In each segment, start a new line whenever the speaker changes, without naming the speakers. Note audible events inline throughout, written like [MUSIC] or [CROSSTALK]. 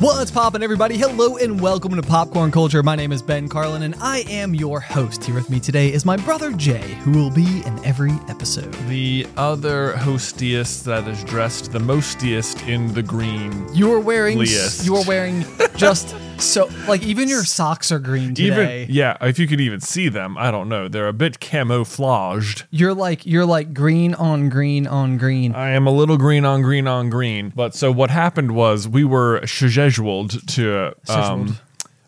What's poppin', everybody? Hello and welcome to Popcorn Culture. My name is Ben Carlin and I am your host. Here with me today is my brother Jay, who will be in every episode.
The other hostiest that is dressed the mostiest in the green.
You are wearing
Least.
you are wearing just so like even your socks are green today.
Even yeah, if you could even see them, I don't know. They're a bit camouflaged.
You're like you're like green on green on green.
I am a little green on green on green. But so what happened was we were scheduled to
Scheduled.
um,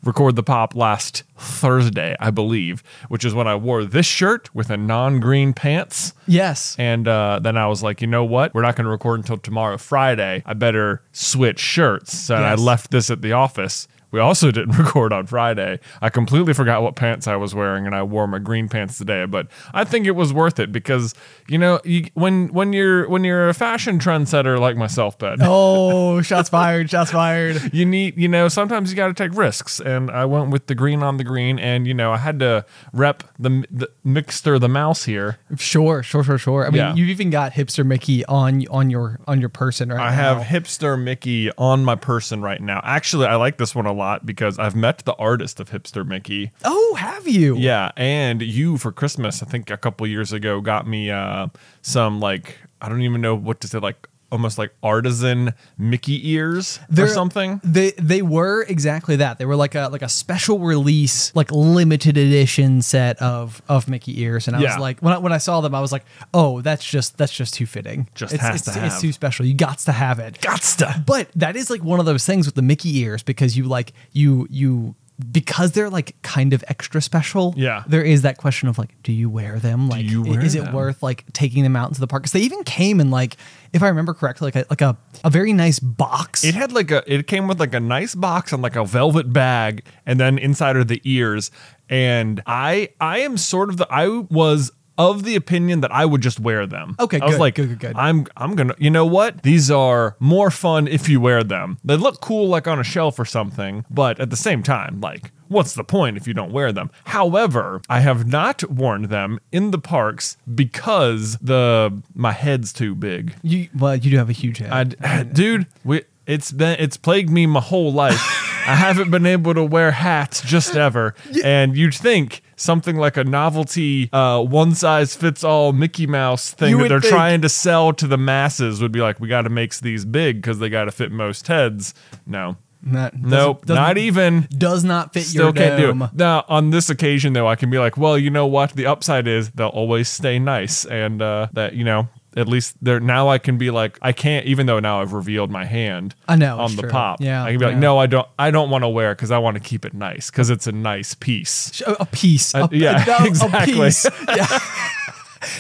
record the pop last Thursday, I believe, which is when I wore this shirt with a non-green pants.
yes.
And uh, then I was like, you know what? We're not going to record until tomorrow, Friday. I better switch shirts. So I
Yes.
left this at the office. We also [LAUGHS] didn't record on Friday. I completely forgot what pants I was wearing, and I wore my green pants today. But I think it was worth it because you know you, when when you're when you're a fashion trendsetter like myself, Ben,
Oh, shots fired, shots fired.
you need you know sometimes you got to take risks. And I went with the green on the green, and you know I had to rep the, the mixer the mouse here.
Sure, sure, sure, sure. I mean,
Yeah.
you've even got hipster Mickey on on your on your person right
I
now.
have Hipster Mickey on my person right now. Actually, I like this one a lot because I've met the artist of Hipster Mickey.
Oh, have you?
Yeah, and you for Christmas, I think a couple years ago, got me uh, some like I don't even know what to say, like almost like artisan Mickey ears or something.
They they were exactly that. They were like a like a special release, like limited edition set of of Mickey ears. And I
Yeah.
was like, when I, when I saw them, I was like, oh, that's just that's just too fitting.
Just
it's,
has
it's,
to
it's
have.
too special. You got to have it.
Gotsta.
But that is like one of those things with the Mickey ears because you like you you because they're like kind of extra special.
Yeah.
there is that question of like, do you wear them? Like,
you
i-
wear
is it
them?
worth like taking them out into the park? Because they even came in like, if I remember correctly, like a, like a a very nice box.
It had like a it came with like a nice box and like a velvet bag and then inside are the ears and I I am sort of the I was of the opinion that I would just wear them.
Okay,
I was
good,
like,
good, good, good.
I'm I'm gonna you know what? These are more fun if you wear them. They look cool like on a shelf or something, but at the same time, like What's the point if you don't wear them? However, I have not worn them in the parks because the my head's too big.
You well, you do have a huge head.
I, [CLEARS THROAT] dude, we, it's been it's plagued me my whole life. I haven't been able to wear hats
[LAUGHS]
just ever. And you'd think something like a novelty, uh, one size fits all Mickey Mouse
You
thing that
would
they're
think-
trying to sell to the masses would be like, we got to make these big because they got to fit most heads. No,
That doesn't-
nope,
doesn't-
not even.
does not fit
Still
your
can't do
dome.
it. Now, on this occasion, though, I can be like, well, you know what? The upside is they'll always stay nice, and uh, that you know, at least they're now. I can be like, I can't, even though now I've revealed my hand.
I know,
on
it's
the
true.
pop.
Yeah,
I can be like,
yeah.
no, I don't. I don't want to wear because I want to keep it nice because it's a nice piece.
Sh- a- A piece.
Uh,
a,
yeah,
a- a
[LAUGHS] exactly.
piece. Yeah. [LAUGHS]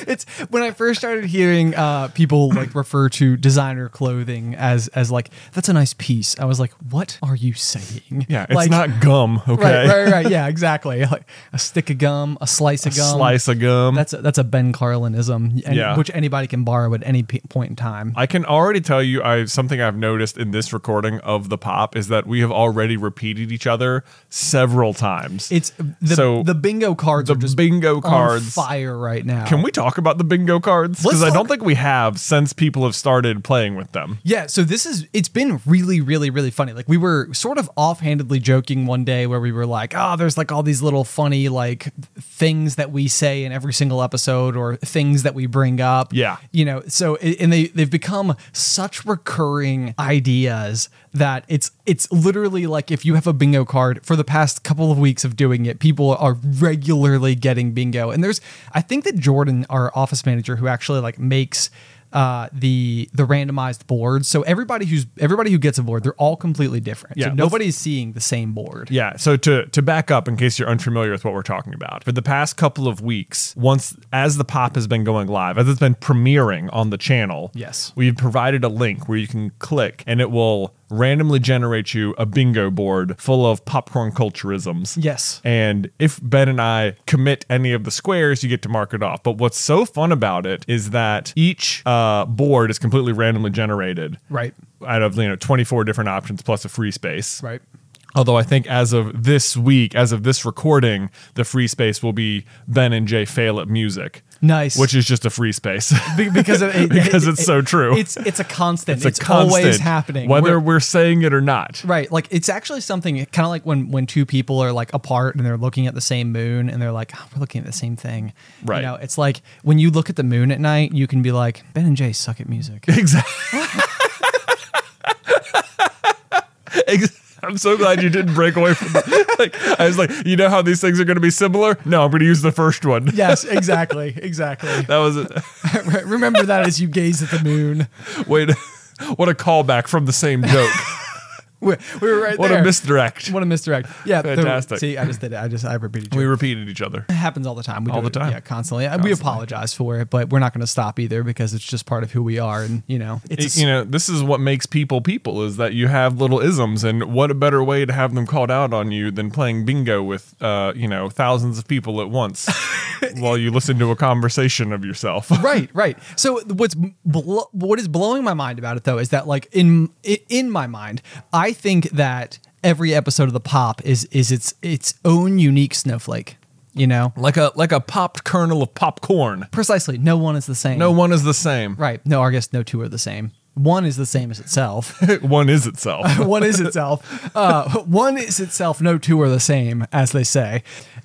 It's when I first started hearing uh, people like refer to designer clothing as as like that's a nice piece. I was like, what are you saying?
Yeah, it's
like,
not gum.
[LAUGHS]
Okay,
right, right, right. Yeah, exactly. [LAUGHS] Like a stick of gum, a slice of gum,
slice of gum.
That's a, that's a Ben Carlinism, and,
Yeah.
which anybody can borrow at any p- point in time.
I can already tell you I something I've noticed in this recording of the pop is that we have already repeated each other several times.
It's the
So,
the bingo cards
the
are just
bingo
on
cards.
fire right now.
Can we we talk about the bingo cards?
Let's
Because I
talk-
don't think we have since people have started playing with them.
Yeah, so this is it's been really, really, really funny. Like we were sort of offhandedly joking one day where we were like, oh, there's like all these little funny like things that we say in every single episode or things that we bring up.
Yeah.
You know, so and they they've become such recurring ideas that it's it's literally like if you have a bingo card for the past couple of weeks of doing it, people are regularly getting bingo. And there's I think that Jordan, our office manager, who actually like makes uh, the the randomized boards. So everybody who's everybody who gets a board, they're all completely different.
Yeah,
so
let's-
nobody's seeing the same board.
Yeah. So to to back up, in case you're unfamiliar with what we're talking about, for the past couple of weeks, once as the pop has been going live, as it's been premiering on the channel,
Yes.
we've provided a link where you can click and it will randomly generate you a bingo board full of popcorn culturisms.
Yes.
And if Ben and I commit any of the squares, you get to mark it off. But what's so fun about it is that each uh, board is completely randomly generated.
Right.
Out of you know 24 different options plus a free space.
Right.
Although I think as of this week, as of this recording, the free space will be Ben and Jay fail at music.
Nice.
Which is just a free space.
[LAUGHS] Be- because
[LAUGHS]
of, it-
Because
it-
it's
it-
so true.
It's it's a constant. It's,
It's, a constant,
always happening.
Whether
We're-
we're, saying it or not.
Right, like it's actually something kind of like when when two people are like apart and they're looking at the same moon and they're like, oh, we're looking at the same thing.
Right.
You know, it's like when you look at the moon at night, you can be like, Ben and Jay suck at
[LAUGHS]
music.
Exactly.
[LAUGHS]
I'm so glad you didn't break away from the, [LAUGHS] like I was like, you know how these things are going to be similar? No, I'm going to use the first one.
yes, exactly, [LAUGHS] exactly.
[LAUGHS] That was it.
Remember that as you gaze at the moon.
Wait. [LAUGHS] What a callback from the same
[LAUGHS]
joke.
We, we were right
What
there.
a misdirect.
What a misdirect. Yeah, the-
Fantastic.
see, I just did it. I just I repeated.
we
it.
repeated each other.
It happens all the time. We
All
do
the
it,
time.
yeah, constantly. And We apologize for it, but we're not going to stop either because it's just part of who we are, and you know, it's
you know, this is what makes people people is that you have little isms, and what a better way to have them called out on you than playing bingo with, uh, you know, thousands of people at [LAUGHS] once while you listen to a conversation of yourself.
right, right. So what's blo- what is blowing my mind about it though is that like in i- in my mind, I think that every episode of the pop is is its its own unique snowflake. You know,
Like a like a popped kernel of popcorn.
precisely. No one is the same.
No one is the same.
right. No, I guess no two are the same. One is the same as itself.
[LAUGHS] one is
[LAUGHS]
itself.
one is itself. Uh, one is itself. No two are the same, as they say.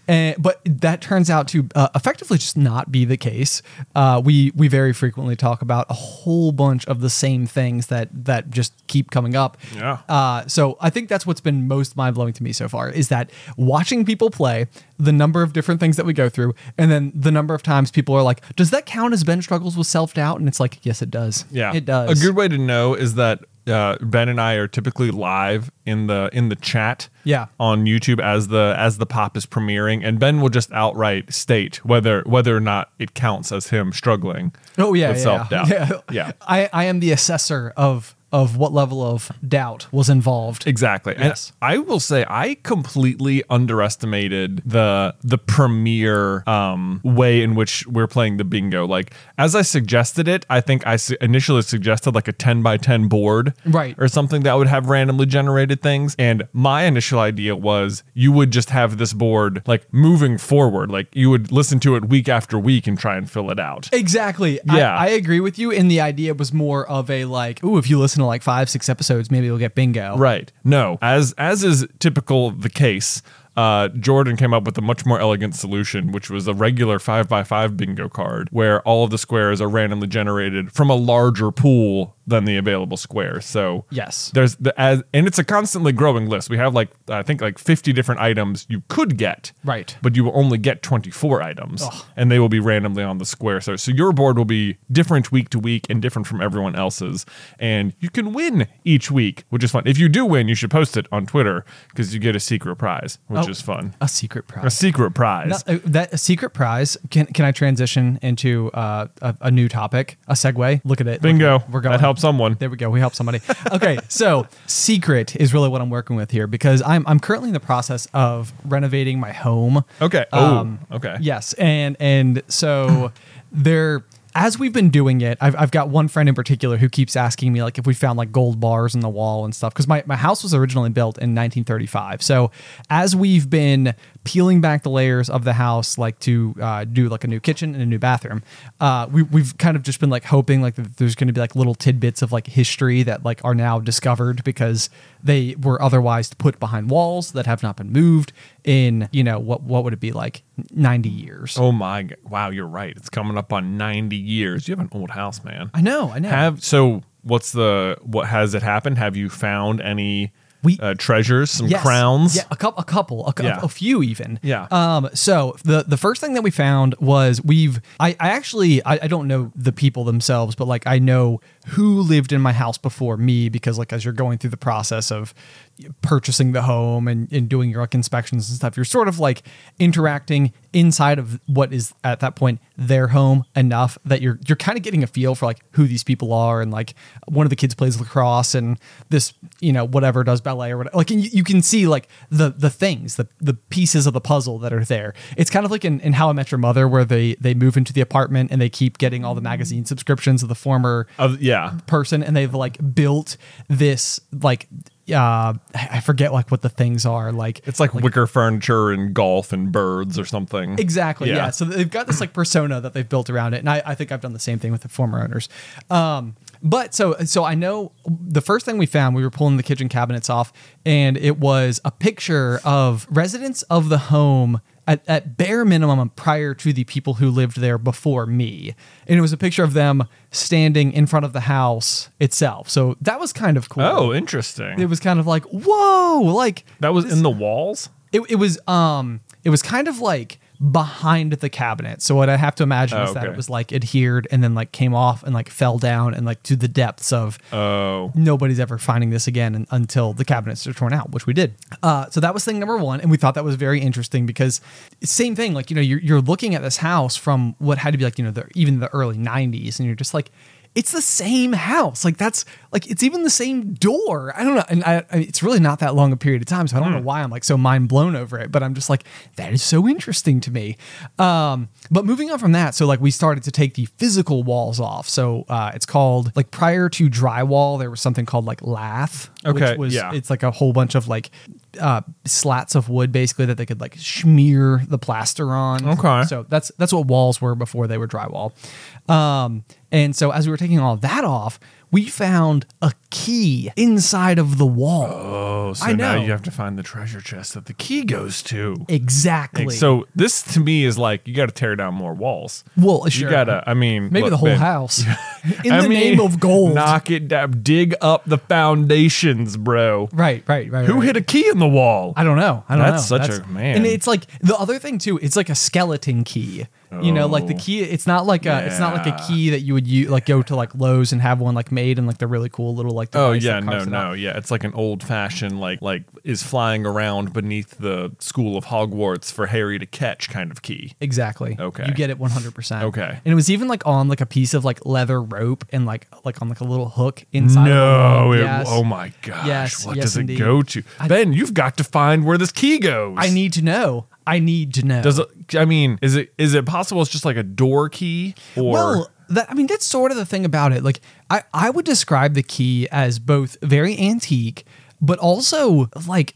And, but that turns out to uh, effectively just not be the case. Uh, we we very frequently talk about a whole bunch of the same things that that just keep coming up.
Yeah.
Uh, so I think that's what's been most mind blowing to me so far is that watching people play, the number of different things that we go through, and then the number of times people are like, "Does that count as Ben struggles with self doubt?" And it's like, "Yes, it does.
Yeah,
it does."
A good way to know is that uh, Ben and I are typically live in the in the chat.
Yeah.
on YouTube as the as the pop is premiering, and Ben will just outright state whether whether or not it counts as him struggling.
Oh yeah,
with
yeah, [LAUGHS]
self-doubt.
yeah.
yeah.
I, I am the assessor of of what level of doubt was involved.
Exactly.
Yes.
And I will say I completely underestimated the the premiere um, way in which we're playing the bingo. Like as I suggested it, I think I su- initially suggested like a 10 by 10 board
Right.
or something that would have randomly generated things and my initial idea was you would just have this board like moving forward, like you would listen to it week after week and try and fill it out.
Exactly.
Yeah.
I, I agree with you. And the idea was more of a like, ooh, if you listen to like five, six episodes, maybe you'll get bingo.
Right. No. As as is typical of the case, uh, Jordan came up with a much more elegant solution, which was a regular five by five bingo card, where all of the squares are randomly generated from a larger pool than the available squares. So
Yes.
there's the as and it's a constantly growing list. We have like I think like 50 different items you could get.
Right.
But you will only get 24 items, and they will be randomly on the square. So so your board will be different week to week and different from everyone else's, and you can win each week, which is fun. If you do win, you should post it on Twitter because you get a secret prize, which
Oh.
is fun.
A secret prize.
A secret prize.
No, uh, that a secret prize. Can can I transition into uh, a, a new topic? A segue. Look at it.
Bingo.
Look at it. We're going.
That helps someone.
There we go. We help somebody.
[LAUGHS]
Okay, so secret is really what I'm working with here because I'm I'm currently in the process of renovating my home. Um,
Oh, Okay. Oh, okay.
Yes, and and so there. as we've been doing it, I've, I've got one friend in particular who keeps asking me like if we found like gold bars in the wall and stuff because my, my house was originally built in 1935. So as we've been peeling back the layers of the house like to uh, do like a new kitchen and a new bathroom, uh, we, we've kind of just been like hoping like that there's going to be like little tidbits of like history that like are now discovered because they were otherwise put behind walls that have not been moved in you know what what would it be like 90 years.
Oh my god. Wow, you're right. It's coming up on 90 years. You have an old house, man.
I know, I know.
Have so what's the what has it happened? Have you found any
We-
uh, treasures, some
Yes.
crowns?
Yeah, a couple, a couple, a, cou-
Yeah.
a few even.
Yeah.
Um. So the the first thing that we found was we've I, I actually I, I don't know the people themselves, but like I know who lived in my house before me because like as you're going through the process of purchasing the home and, and doing your like inspections and stuff, you're sort of like interacting inside of what is at that point their home enough that you're you're kind of getting a feel for like who these people are and like one of the kids plays lacrosse and this you know whatever does ballet or whatever like and you, you can see like the the things the the pieces of the puzzle that are there it's kind of like in, in how i met your mother where they they move into the apartment and they keep getting all the magazine subscriptions of the former
Of, yeah.
person and they've like built this like uh i forget like what the things are like
It's like, wicker furniture and golf and birds or something.
Exactly. Yeah.
Yeah.
So they've got this like persona that they've built around it, and I, I think I've done the same thing with the former owners. Um, but so so I know the first thing we found, we were pulling the kitchen cabinets off, and it was a picture of residents of the home. At, at bare minimum, prior to the people who lived there before me. And it was a picture of them standing in front of the house itself. So that was kind of cool.
Oh, interesting.
It was kind of like, whoa, like
that was in the walls?
it, it was um it was kind of like behind the cabinet. So what I have to imagine
Oh,
is that
okay.
it was like adhered and then like came off and like fell down and like to the depths of
Oh.
nobody's ever finding this again un- until the cabinets are torn out, which we did. Uh, so that was thing number one, and we thought that was very interesting because same thing, like you know, you're you're looking at this house from what had to be like you know the, even the early '90s, and you're just like. It's the same house, like that's like it's even the same door. I don't know, and I, I it's really not that long a period of time, so I don't
Hmm.
know why I'm like so mind blown over it. But I'm just like that is so interesting to me. Um, but moving on from that, so like we started to take the physical walls off. So uh, it's called like prior to drywall, there was something called like lath,
Okay,
which was
yeah.
it's like a whole bunch of like uh, slats of wood basically that they could like smear the plaster on.
Okay.
so that's that's what walls were before they were drywall. Um, and so as we were taking all that off, we found a key inside of the wall.
Oh, so
I
now
know.
you have to find the treasure chest that the key goes to.
Exactly.
So this to me is like you got to tear down more walls.
well,
You
sure.
gotta. I mean,
Maybe
look,
the whole
man, [LAUGHS]
house. In
I
the
mean,
name of gold.
knock it down. Dig up the foundations, bro.
Right, right, right.
Who
right.
hit a key in the wall?
I don't know. I don't
That's
know.
such a- man.
And it's like the other thing too. It's like a skeleton key. You know, like the
Oh.
key. It's not like a. It's not like a
Yeah.
key that you would use, like go to like Lowe's and have one like made and like the really cool little like.
Oh
device that
yeah, no,
carves it out.
no, yeah. It's like an old fashioned, like like is flying around beneath the school of Hogwarts for Harry to catch kind of key.
Exactly.
Okay.
You get it 100%.
Okay.
And it was even like on like a piece of like leather rope and like like on like a little hook inside. of the
No,
wall.
it,
Yes.
oh my gosh,
Yes,
what
yes,
does
indeed.
it go to? ben, you've got to find where this key goes.
I need to know. I need to know.
Does it, I mean is it is it possible it's just like a door key or
well that, i mean that's sort of the thing about it like I, I would describe the key as both very antique but also like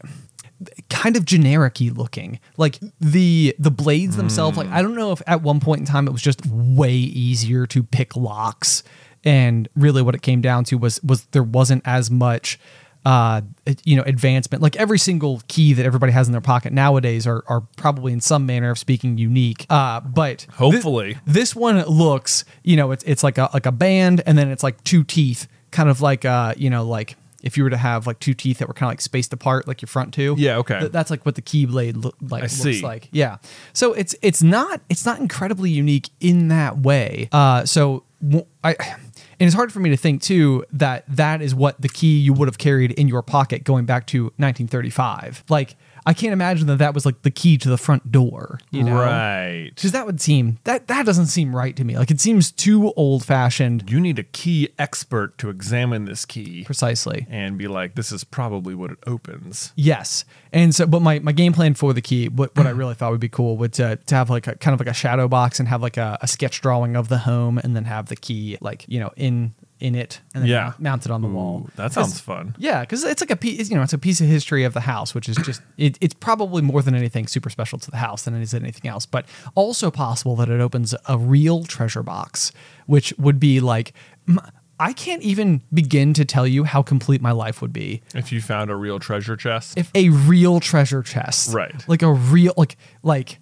kind of generic looking like the the blades themselves like i don't know if at one point in time it was just way easier to pick locks and really what it came down to was was there wasn't as much uh you know advancement like every single key that everybody has in their pocket nowadays are are probably in some manner of speaking unique uh but thi-
Hopefully.
this one looks you know it's it's like a like a band and then it's like two teeth kind of like uh you know like if you were to have like two teeth that were kind of like spaced apart like your front two
Yeah, okay.
th- that's like what the keyblade look like
I
looks
see.
like yeah so it's it's not it's not incredibly unique in that way uh so w- i and it's hard for me to think too that that is what the key you would have carried in your pocket going back to 1935 like I can't imagine that that was like the key to the front door, you know?
Right.
Because that would seem that that doesn't seem right to me. Like it seems too old fashioned.
You need a key expert to examine this key
Precisely.
and be like, this is probably what it opens.
Yes. And so, but my, my game plan for the key, what, what I really thought would be cool would to, to have like a kind of like a shadow box and have like a, a sketch drawing of the home and then have the key like, you know, in, in it and then
Yeah.
mounted on the wall.
Ooh, that sounds fun.
Yeah. Cause it's like a piece, you know, it's a piece of history of the house, which is just, it, it's probably more than anything super special to the house than it is anything else, but also possible that it opens a real treasure box, which would be like, m- I can't even begin to tell you how complete my life would be
If you found a real treasure chest.
if a real treasure chest,
Right.
Like a real like like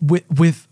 with with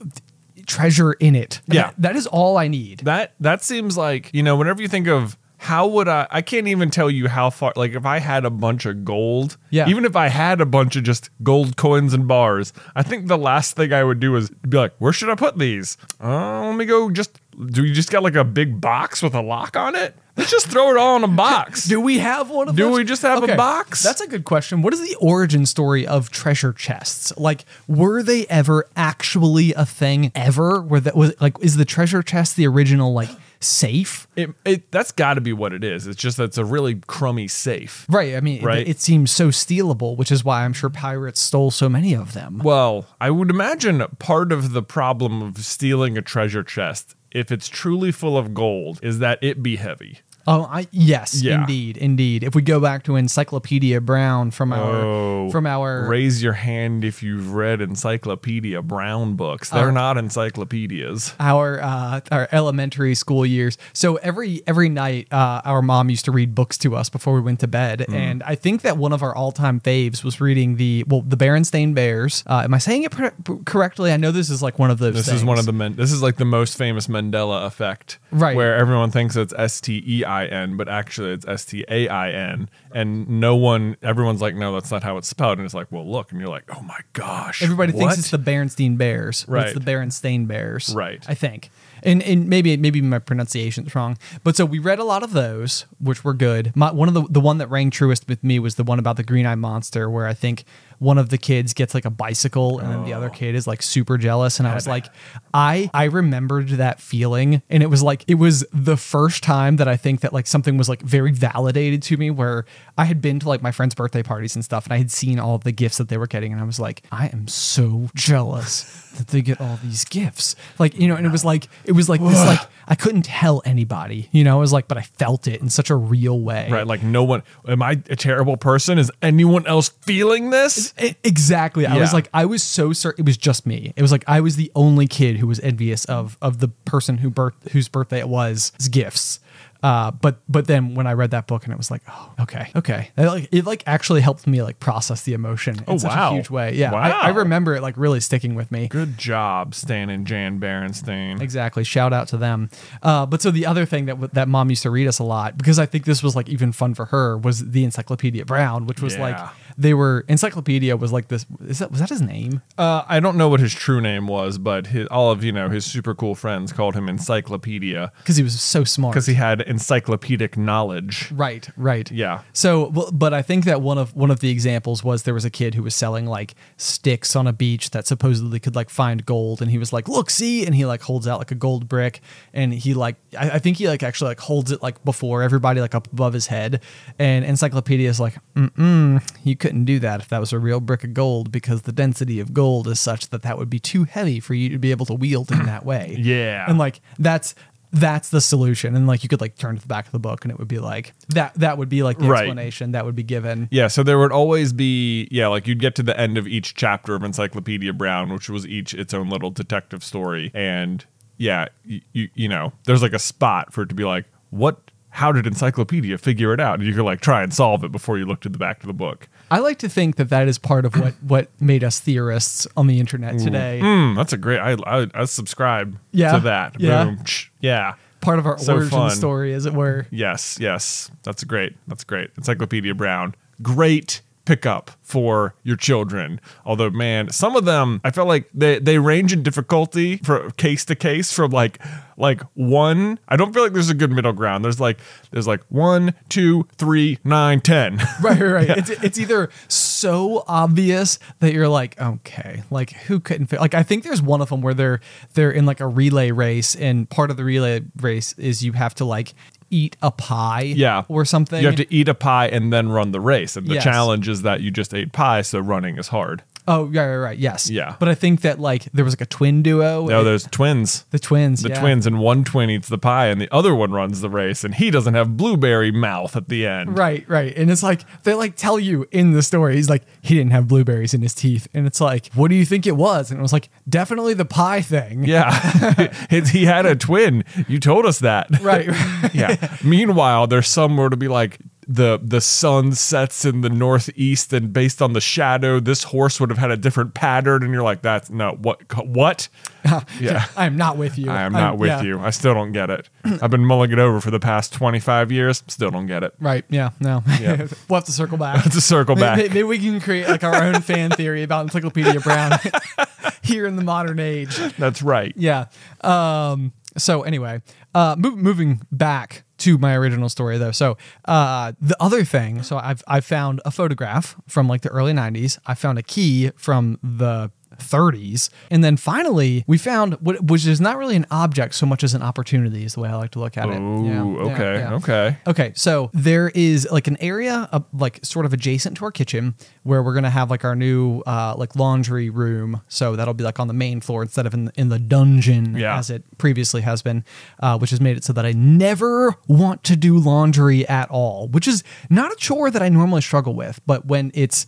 treasure in it.
Yeah.
That- that is all I need.
that that seems like, you know, whenever you think of how would I I can't even tell you how far like if I had a bunch of gold,
Yeah.
even if I had a bunch of just gold coins and bars, I think the last thing I would do is be like, where should I put these? Uh, let me go just do you just got like a big box with a lock on it? Let's just throw it all in a
[LAUGHS]
box.
Do we have one of
Do
those?
we just have a box?
That's a good question. What is the origin story of treasure chests? Like, were they ever actually a thing ever? Where that was like, is the treasure chest the original like safe?
It, it that's got to be what it is. It's just that's a really crummy safe.
Right. I mean, it-
Right.
It, seems so stealable, which is why I'm sure pirates stole so many of them.
Well, I would imagine part of the problem of stealing a treasure chest, if it's truly full of gold, is that it be heavy.
Oh, I yes,
Yeah.
indeed, indeed. If we go back to Encyclopedia Brown from our
Oh,
from our
Raise your hand if you've read Encyclopedia Brown books. They're
Oh.
not encyclopedias.
our uh, our elementary school years. So every every night, uh, our mom used to read books to us before we went to bed,
Mm-hmm.
and I think that one of our all time faves was reading the well, the Berenstain Bears. Uh, am I saying it pro- correctly? I know this is like one of those.
This is one
things.
of the men. This is like the most famous Mandela effect,
Right.
Where everyone thinks it's S T E I N, but actually it's S T A I N, and no one, everyone's like, no, that's not how it's spelled, and it's like, well, look, and you're like, oh my gosh,
Everybody
what?
thinks it's the Berenstain Bears. but
Right.
It's the Berenstain Bears.
Right.
I think. And, and maybe maybe my pronunciation's wrong, but so we read a lot of those, which were good. My, one of the the one that rang truest with me was the one about the green eye monster, where I think one of the kids gets like a bicycle, and then the
Oh.
other kid is like super jealous. And I was like, I I remembered that feeling, and it was like it was the first time that I think that like something was like very validated to me, where I had been to like my friends' birthday parties and stuff, and I had seen all of the gifts that they were getting, and I was like, I am so jealous that they get all these gifts. Like, you know, and it was like, it was like this, like, I couldn't tell anybody, you know, I was like, but I felt it in such a real way.
Right, like no one. Am I a terrible person? Is anyone else feeling this?
E- Exactly. I was
Yeah.
like, I was so certain it was just me. It was like I was the only kid who was envious of of the person who birth whose birthday it was gifts. Uh, but but then when I read that book and it was like, oh, okay, okay, it like, it like actually helped me like process the emotion in
Oh,
such
wow.
a huge way. Yeah, I, I
Wow.
remember it like really sticking with me.
Good job, Stan and Jan Berenstain.
Exactly. Shout out to them. Uh, but so the other thing that w- that mom used to read us a lot because I think this was like even fun for her was the Encyclopedia Brown, which was
Yeah.
like they were Encyclopedia was like this. Is that was that his name?
Uh, I don't know what his true name was, but his, all of you know his super cool friends called him Encyclopedia
Because he was so smart.
because he had encyclopedic knowledge.
right, right.
Yeah.
So, well, but I think that one of one of the examples was there was a kid who was selling like sticks on a beach that supposedly could like find gold, and he was like, "Look, see," and he like holds out like a gold brick, and he like I, I think he like actually like holds it like before everybody like up above his head, and Encyclopedia is like, "Mm-mm, you couldn't do that if that was a real brick of gold because the density of gold is such that that would be too heavy for you to be able to wield in that way."
[CLEARS THROAT] Yeah.
and like that's. That's the solution, and like you could like turn to the back of the book, and it would be like that. That would be like the
Right.
explanation that would be given.
Yeah, so there would always be yeah, like you'd get to the end of each chapter of Encyclopedia Brown, which was each its own little detective story, and yeah, you you, you know, there's like a spot for it to be like, what? How did Encyclopedia figure it out? And you could like try and solve it before you looked at the back of the book.
I like to think that that is part of what what made us theorists on the internet today.
Hmm, that's a great. I I, I subscribe
Yeah,
to that.
yeah.
Boom. Ch- Yeah.
Part of our
So
origin
fun.
story, as it were. [LAUGHS]
Yes. Yes. That's great. That's great. Encyclopedia Brown. Great pick up for your children. Although, man, some of them I felt like they, they range in difficulty from case to case from like like one. I don't feel like there's a good middle ground. There's like there's like one, two, three, nine, ten. [LAUGHS]
Right, right, right. It's, it's either so obvious that you're like, okay, like who couldn't fit? Like I think there's one of them where they're they're in like a relay race, and part of the relay race is you have to like eat a pie,
Yeah.
or something.
You have to eat a pie and then run the race. And the
Yes.
challenge is that you just ate pie, so running is hard.
oh, right, right, right. Yes,
Yeah.
But I think that like there was like a twin duo.
No, there's twins.
the twins.
The
yeah.
twins, and one twin eats the pie, and the other one runs the race, and he doesn't have blueberry mouth at the end.
Right, right. And it's like they like tell you in the story, he's like, he didn't have blueberries in his teeth. And it's like, what do you think it was? And it was like, definitely the pie thing.
Yeah. [LAUGHS] It's- he had a twin. You told us that.
[LAUGHS] Right. right.
[LAUGHS] yeah. Meanwhile, there's somewhere to be like the the sun sets in the northeast, and based on the shadow, this horse would have had a different pattern. And you're like, that's not what what.
[LAUGHS]
yeah.
I am not with you.
I am not
I'm-
with
yeah.
you. I still don't get it. I've been mulling it over for the past 25 years. Still don't get it.
Right. Yeah. No.
Yeah.
[LAUGHS] we'll have to circle back.
It's a circle
May- may- Maybe,
back.
we can create like our own
[LAUGHS]
fan theory about Encyclopedia Brown [LAUGHS] here in the modern age.
That's right.
Yeah. Um, so anyway, uh, mov- moving back to my original story though. So uh, the other thing, so I've I found a photograph from like the early '90s. I found a key from the 30s, and then finally we found what which is not really an object so much as an opportunity is the way I like to look at it.
Ooh,
Yeah, yeah,
okay,
yeah.
okay.
Okay, so there is like an area, uh, like sort of adjacent to our kitchen, where we're gonna have like our new uh, like laundry room. So that'll be like on the main floor instead of in in the dungeon
Yeah.
as it previously has been, uh, which has made it so that I never want to do laundry at all, which is not a chore that I normally struggle with, but when it's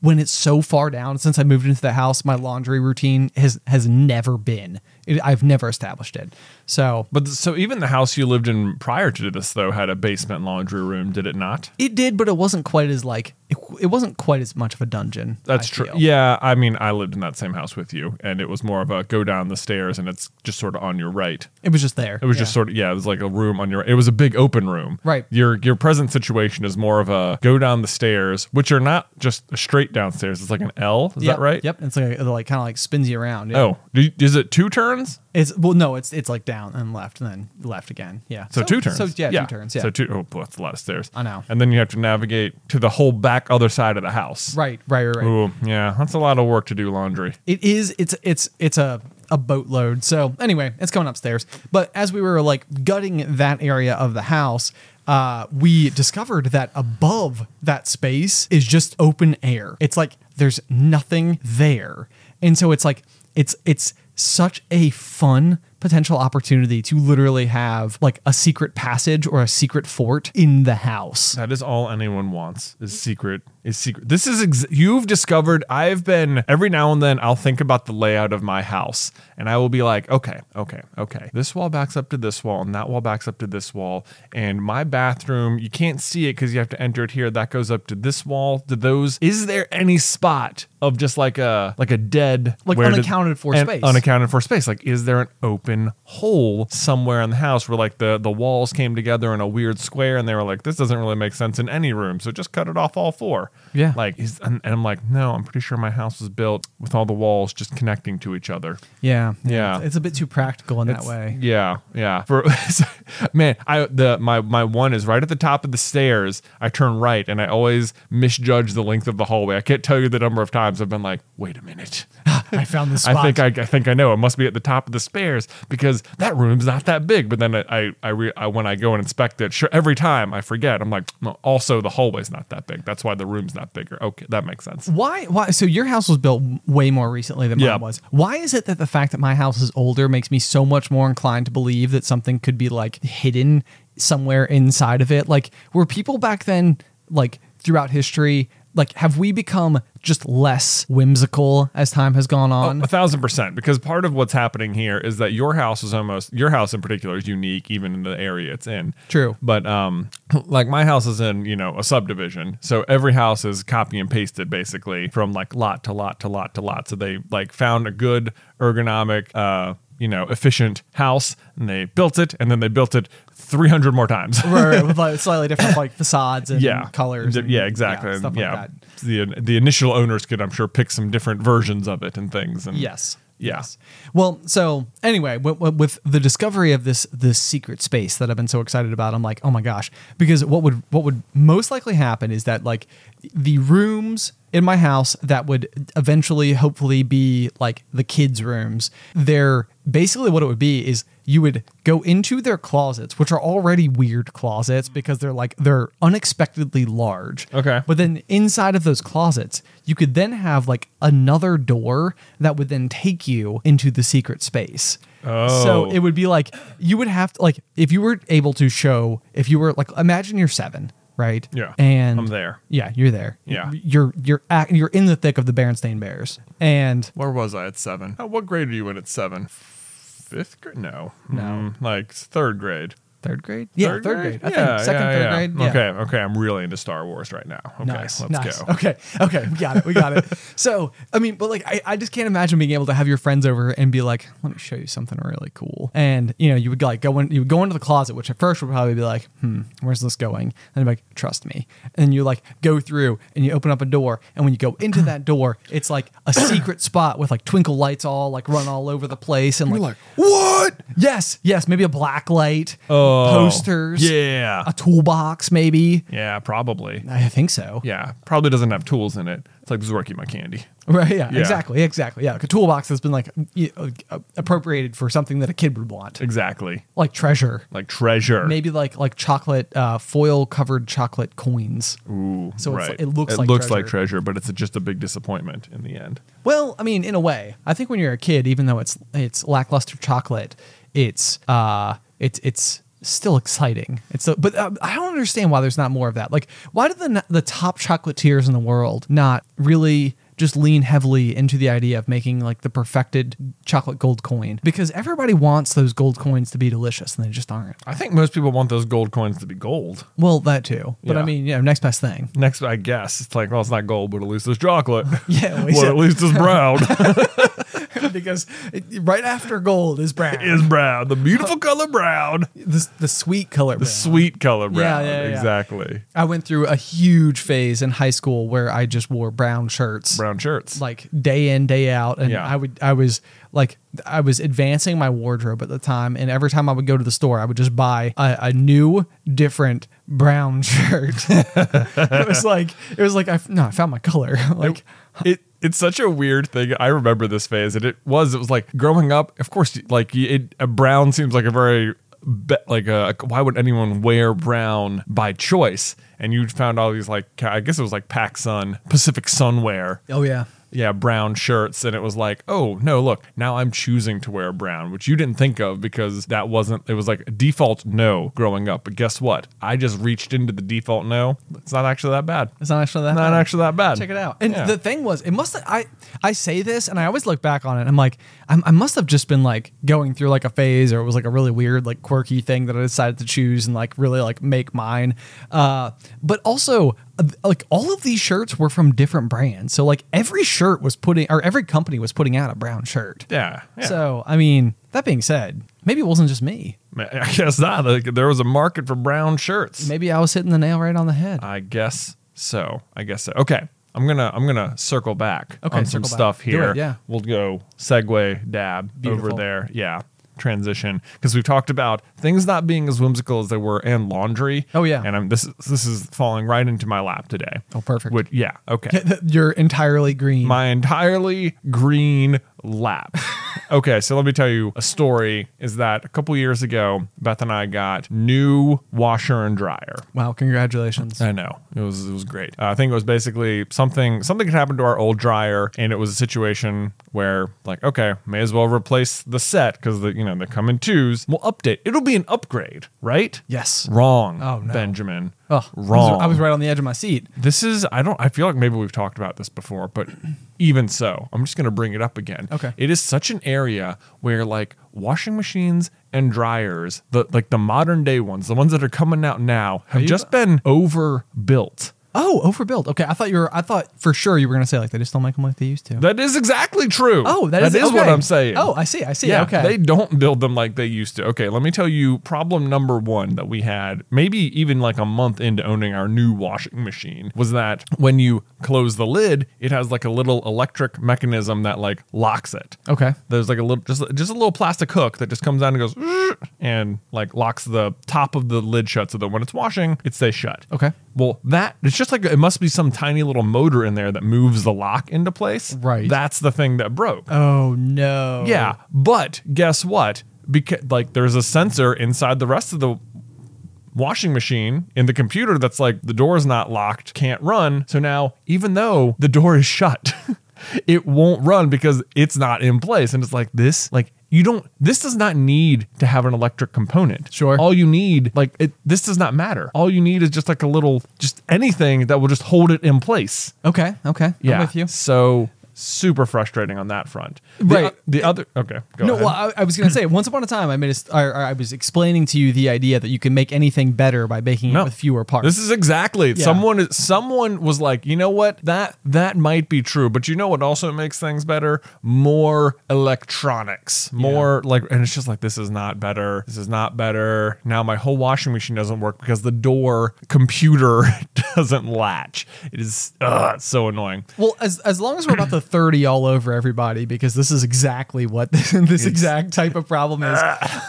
when it's so far down since I moved into the house, my laundry routine has has never been. It, I've never established it. So
But th- so even the house you lived in prior to this though had a basement laundry room, did it not?
It did, but it wasn't quite as like it, it wasn't quite as much of a dungeon. I
That's true.
feel.
Yeah, I mean, I lived in that same house with you, and it was more of a go down the stairs, and it's just sort of on your right.
it was just there.
It was just sort of yeah, it was like a room on your. It was a big open room.
Right.
Your your present situation is more of a go down the stairs, which are not just straight downstairs. It's like an L. Is
yep,
that right?
Yep. It's like it like kind of like spins you around. yeah.
Oh, do you- is it two turns?
It's well, no, it's it's like down and left and then left again. Yeah.
So, two turns.
So yeah, two turns. Yeah.
So two. Oh, boy, that's a lot of stairs.
I know.
And then you have to navigate to the whole back other side of the house.
right. Right. Right. Right.
Ooh, yeah, that's a lot of work to do laundry.
It is. It's it's it's a a boatload. So anyway, it's coming upstairs. But as we were like gutting that area of the house, uh, we discovered that above that space is just open air. It's like there's nothing there, and so it's like it's it's such a fun potential opportunity to literally have like a secret passage or a secret fort in the house.
That is all anyone wants is secret. Is secret. This is ex- you've discovered. I've been every now and then. I'll think about the layout of my house, and I will be like, okay, okay, okay. This wall backs up to this wall, and that wall backs up to this wall, and my bathroom. You can't see it because you have to enter it here. That goes up to this wall. To those. Is there any spot of just like a like a dead
Like
did-
unaccounted for
and
space.
Unaccounted for space. Like, is there an open hole somewhere in the house where like the the walls came together in a weird square, and they were like, this doesn't really make sense in any room, so just cut it off all four.
Yeah.
Like, is, and, and I'm like, no, I'm pretty sure my house was built with all the walls just connecting to each other.
Yeah,
Yeah.
It's, it's a bit too practical in that
It's-
way.
Yeah, yeah. For [LAUGHS] man, I the my my one is right at the top of the stairs. I turn right, and I always misjudge the length of the hallway. I can't tell you the number of times I've been like, wait a minute.
[LAUGHS] I found the spot.
I think I, I think I know. It must be at the top of the stairs because that room's not that big. But then I I, I, re, I when I go and inspect it, sure, every time I forget. I'm like, well, also the hallway's not that big. That's why the room's not bigger. Okay, that makes sense.
Why? Why? So your house was built way more recently than mine
Yeah.
was. Why is it that the fact that my house is older makes me so much more inclined to believe that something could be like hidden somewhere inside of it? Like, were people back then like throughout history? Like, have we become just less whimsical as time has gone on?
A thousand percent, because part of what's happening here is that your house is almost your house in particular is unique, even in the area it's in.
True.
but um, like my house is in you know a subdivision, so every house is copy and pasted basically from like lot to lot to lot to lot. So they like found a good ergonomic uh you know, efficient house and they built it and then they built it 300 more times.
right, right, with like [LAUGHS] slightly different like facades and
[LAUGHS] yeah.
colors.
The-
and-
yeah, exactly.
Yeah,
And,
stuff
Yeah.
like that.
The, the initial owners could, I'm sure, pick some different versions of it and things. And
Yes.
Yeah.
Yes. Well, so anyway, w- w- with the discovery of this this secret space that I've been so excited about, I'm like, oh my gosh, because what would what would most likely happen is that like the rooms in my house that would eventually hopefully be like the kids' rooms, they're basically what it would be is you would go into their closets, which are already weird closets because they're like they're unexpectedly large.
Okay.
But then inside of those closets, you could then have like another door that would then take you into the secret space. So
Oh.
it would be like you would have to like if you were able to show if you were like imagine you're seven, right?
Yeah.
And
I'm there.
Yeah, you're there.
Yeah.
You're you're at, you're in the thick of the Berenstain Bears. And
Where was I at seven? Oh, what grade are you in at seven? Fifth grade? No. No. like third grade.
third grade? Yeah, third, grade. I
Yeah,
think second,
yeah,
third
yeah.
grade. Yeah.
Okay, okay. I'm really into Star Wars right now. Okay,
nice.
let's
nice.
go.
Okay. Okay. We got it. We got it.
[LAUGHS]
so, I mean, but like, I, I just can't imagine being able to have your friends over and be like, let me show you something really cool. And, you know, you would like go in, you would go into the closet, which at first would probably be like, hmm, where's this going? And I'm like, trust me. And you like go through and you open up a door. And when you go into that door, it's like
[COUGHS]
a secret spot with like twinkle lights all like run all over the place. And like,
What?
yes, yes, maybe a black light,
Oh,
posters,
Yeah.
a toolbox, maybe.
yeah, probably.
I think so.
Yeah, probably doesn't have tools in it. It's like this is where I keep my candy.
Right. Yeah,
Yeah.
Exactly. Exactly. Yeah. Like a toolbox that's been like y- uh, appropriated for something that a kid would want,
Exactly.
like treasure.
Like treasure.
Maybe like like chocolate uh, foil covered chocolate coins.
Ooh,
So it's
right.
like- it looks
it
like
looks
treasure.
like treasure, but it's just a big disappointment in the end.
Well, I mean, in a way, I think when you're a kid, even though it's it's lackluster chocolate, it's uh, it's it's still exciting. It's so, but uh, I don't understand why there's not more of that. Like, why do the the top chocolatiers in the world not really just lean heavily into the idea of making like the perfected chocolate gold coin because everybody wants those gold coins to be delicious and they just aren't.
I think most people want those gold coins to be gold.
Well, that too. But I
Yeah.
mean, yeah, next best thing. [LAUGHS]
Next, I guess it's like, well, it's not gold, but at least it's chocolate. [LAUGHS]
Yeah, we
well,
said-
at least
[LAUGHS]
it's brown. [LAUGHS]
because it- right after gold is brown.
is brown. The beautiful color brown.
the, the sweet color
The sweet color brown.
yeah, yeah.
Exactly.
I went through a huge phase in high school where I just wore brown shirts.
Brown shirts.
Like day in, day out. And
Yeah.
I would I was like I was advancing my wardrobe at the time. And every time I would go to the store, I would just buy a, a new, different brown [LAUGHS] shirt. it was like it was like I f- no, I found my color. [LAUGHS] like
it it's such a weird thing. I remember this phase, and it was it was like growing up. Of course, like it, a brown seems like a very be- like a why would anyone wear brown by choice? And you found all these like I guess it was like Pac Sun Pacific Sunwear.
Oh yeah.
Yeah, brown shirts, and it was like, oh no, look, now I'm choosing to wear brown, which you didn't think of because that wasn't. It was like a default no growing up, but guess what? I just reached into the default no. It's not actually that bad.
It's not actually that
Not
bad.
actually that bad.
Check it out. And
Yeah.
the thing was, it must. I I say this, and I always look back on it. And I'm like, I'm, I must have just been like going through like a phase, or it was like a really weird, like quirky thing that I decided to choose and like really like make mine. Uh, but also, uh, like all of these shirts were from different brands, so like every shirt was putting, or every company was putting out a brown shirt.
Yeah. yeah.
So I mean, that being said, maybe it wasn't just me.
[LAUGHS] I guess not. Like, There was a market for brown shirts.
Maybe I was hitting the nail right on the head.
I guess so. I guess so. Okay. I'm gonna I'm gonna circle back
Okay,
on some
circle back.
stuff
Do
here.
it, yeah.
We'll go segue dab
Beautiful.
over there. Yeah. Transition because we've talked about things not being as whimsical as they were and laundry.
Oh, yeah.
And I'm this is this is falling right into my lap today.
Oh, perfect.
Which, yeah. Okay.
[LAUGHS] You're entirely green.
Uh, my entirely green lap. okay, so let me tell you a story is that a couple years ago, Beth and I got new washer and dryer.
wow! Congratulations.
I know it was it was great. Uh, I think it was basically something something had happened to our old dryer, and it was a situation where like okay, may as well replace the set because the you know they come in twos. We'll update. It'll be an upgrade, right?
Yes.
Wrong.
Oh, no.
Benjamin.
Oh,
wrong.
I was right on the edge of my seat.
This is I don't I feel like maybe we've talked about this before, but even so, I'm just going to bring it up again.
Okay.
It is such an area where like washing machines and dryers, the like the modern day ones, the ones that are coming out now have
you-
just been overbuilt.
Oh, overbuilt. Okay, I thought you were. I thought for sure you were gonna say like they just don't make them like they used to.
That is exactly true.
oh, that is,
what
okay.
I'm saying.
Oh, I see. I see.
Yeah,
okay.
they don't build them like they used to. Okay, let me tell you problem number one that we had, maybe even like a month into owning our new washing machine, was that when you close the lid, it has like a little electric mechanism that like locks it.
okay.
There's like a little, just, just a little plastic hook that just comes down and goes "Zzzz," and like locks the top of the lid shut so that when it's washing, it stays shut.
Okay.
Well, that it's just like it must be some tiny little motor in there that moves the lock into place.
Right.
That's the thing that broke.
Oh no.
Yeah, but guess what? Because like there's a sensor inside the rest of the washing machine in the computer that's like the door's not locked, can't run. So now even though the door is shut, [LAUGHS] it won't run because it's not in place and it's like this like you don't this does not need to have an electric component.
Sure.
All you need like it this does not matter. All you need is just like a little just anything that will just hold it in place.
Okay. Okay.
Yeah.
I'm with you.
So super frustrating on that front. The-
Right.
The, other okay. Go
no,
ahead.
well, I, I was gonna say once upon a time I made a st- or, or I was explaining to you the idea that you can make anything better by making it
No.
with fewer parts.
This is exactly someone. is- Someone was like, you know what? That that might be true, but you know what also makes things better? More electronics, more like, and it's just like this is not better. This is not better. Now my whole washing machine doesn't work because the door computer [LAUGHS] doesn't latch. It is ugh, it's so annoying.
well, as as long as we're about to thirty all over everybody, because this is exactly what [LAUGHS] this, this exact type of problem is.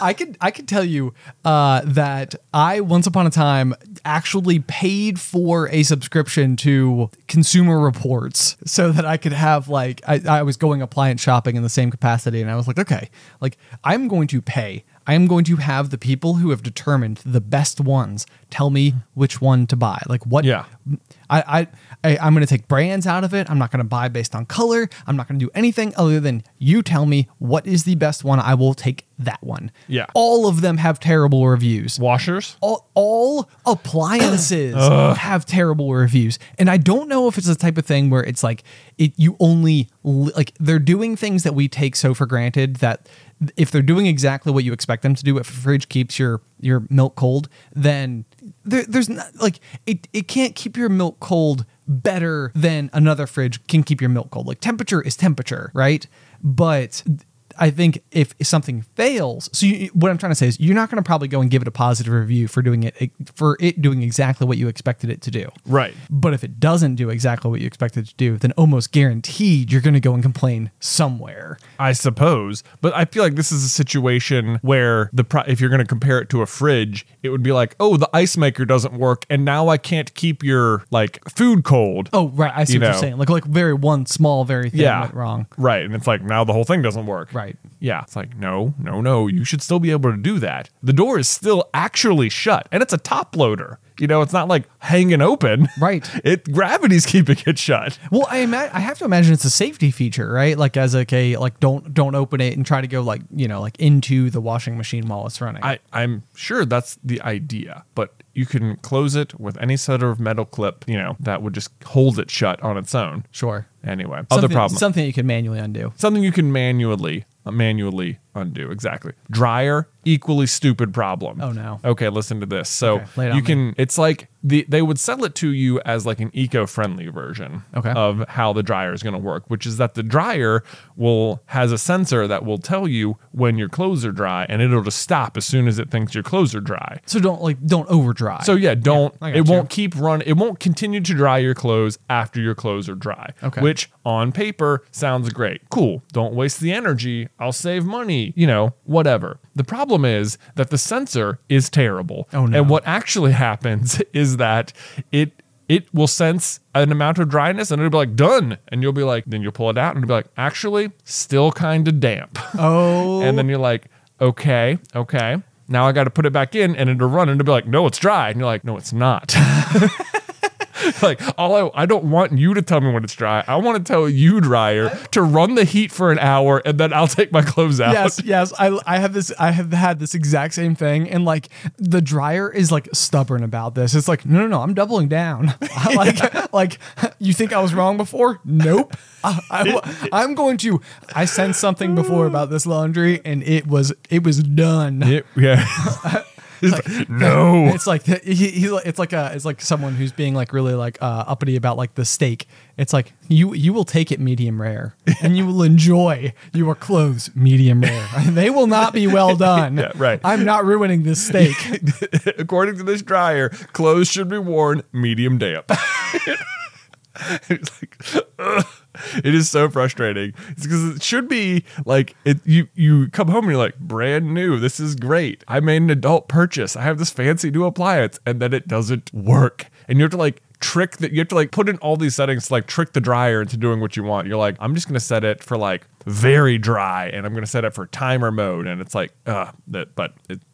I could I could tell you uh, that I once upon a time actually paid for a subscription to Consumer Reports so that I could have like I, I was going appliance shopping in the same capacity, and I was like, okay, like I'm going to pay. I am going to have the people who have determined the best ones tell me which one to buy. Like what
Yeah.
I, I, I I'm going to take brands out of it. I'm not going to buy based on color. I'm not going to do anything other than you tell me what is the best one. I will take that one.
Yeah.
All of them have terrible reviews.
Washers.
All, all appliances have terrible reviews, and I don't know if it's the type of thing where it's like it you only li- like they're doing things that we take so for granted that if they're doing exactly what you expect them to do, if a fridge keeps your your milk cold, then there, there's not like it it can't keep your milk cold better than another fridge can keep your milk cold. Like temperature is temperature, right? But I think if something fails, so you, what I'm trying to say is you're not going to probably go and give it a positive review for doing it for it doing exactly what you expected it to do.
Right.
But if it doesn't do exactly what you expected it to do, then almost guaranteed you're going to go and complain somewhere.
I suppose, but I feel like this is a situation where the pro- if you're going to compare it to a fridge, it would be like, oh, the ice maker doesn't work, and now I can't keep your like food cold.
Oh, right. I see
You
what
know.
you're saying. Like like very one small very thing
yeah,
went wrong.
Right, and it's like now the whole thing doesn't work.
Right.
Yeah, it's like no, no, no. You should still be able to do that. The door is still actually shut, and it's a top loader. You know, it's not like hanging open.
Right.
[LAUGHS] It gravity's keeping it shut.
Well, I ima- I have to imagine it's a safety feature, right? Like as like a like don't don't open it and try to go like you know like into the washing machine while it's running.
I, I'm sure that's the idea, but you can close it with any sort of metal clip, you know, that would just hold it shut on its own.
sure.
Anyway, other
Something-
problem.
Something you can manually undo.
something you can manually uh, manually undo. Exactly. Dryer, equally stupid problem.
Oh, no.
Okay, listen to this. So
Okay, lay it on
you
me.
can it's like the they would sell it to you as like an eco-friendly version
Okay.
of how the dryer is going to work, which is that the dryer will has a sensor that will tell you when your clothes are dry and it'll just stop as soon as it thinks your clothes are dry.
So don't like don't overdry.
So yeah, don't
I
it
got you.
won't keep run it won't continue to dry your clothes after your clothes are dry.
Okay.
Which on paper sounds great. Cool. Don't waste the energy. I'll save money, you know, whatever. The problem is that the sensor is terrible.
Oh, no.
And what actually [LAUGHS] happens is that it it will sense an amount of dryness and it'll be like done and you'll be like then you'll pull it out and it'll be like actually still kind of damp.
oh
And then you're like, okay, okay. Now I got to put it back in and it'll run and it'll be like, no, it's dry. And you're like, no, it's not. [LAUGHS] like, all I, I don't want you to tell me when it's dry. I want to tell you, dryer, to run the heat for an hour and then I'll take my clothes out.
yes yes I, I have this i have had this exact same thing and like the dryer is like stubborn about this it's like no no no i'm doubling down [LAUGHS] I like like you think i was wrong before nope I, am going to i sensed something before about this laundry and it was it was done
It- [LAUGHS] yeah. He's like, no.
It's like [LAUGHS] he, he's like- it's like a it's like someone who's being like really like uh, uppity about like the steak. It's like you you will take it medium
[LAUGHS]
rare, and you will enjoy your clothes medium rare. [LAUGHS] they will not be well done.
[LAUGHS] Yeah, right.
I'm not ruining this steak.
[LAUGHS] According to this dryer, clothes should be worn medium damp. [LAUGHS] it's like, ugh. it is so frustrating because it should be like it. You you come home and you're like brand new. This is great. I made an adult purchase. I have this fancy new appliance, and then it doesn't work. And you have to like trick that. You have to like put in all these settings to like trick the dryer into doing what you want. You're like, I'm just gonna set it for like very dry, and I'm gonna set it for timer mode, and it's like, uh, that. But it,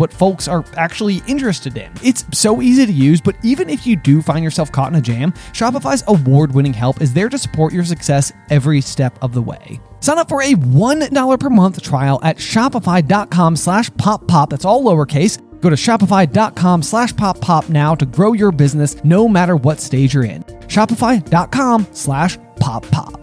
what folks are actually interested in. It's so easy to use, but even if you do find yourself caught in a jam, Shopify's award winning help is there to support your success every step of the way. Sign up for a $1 per month trial at shopify.com slash pop pop. That's all lowercase. Go to shopify.com slash pop pop now to grow your business no matter what stage you're in. Shopify.com slash pop pop.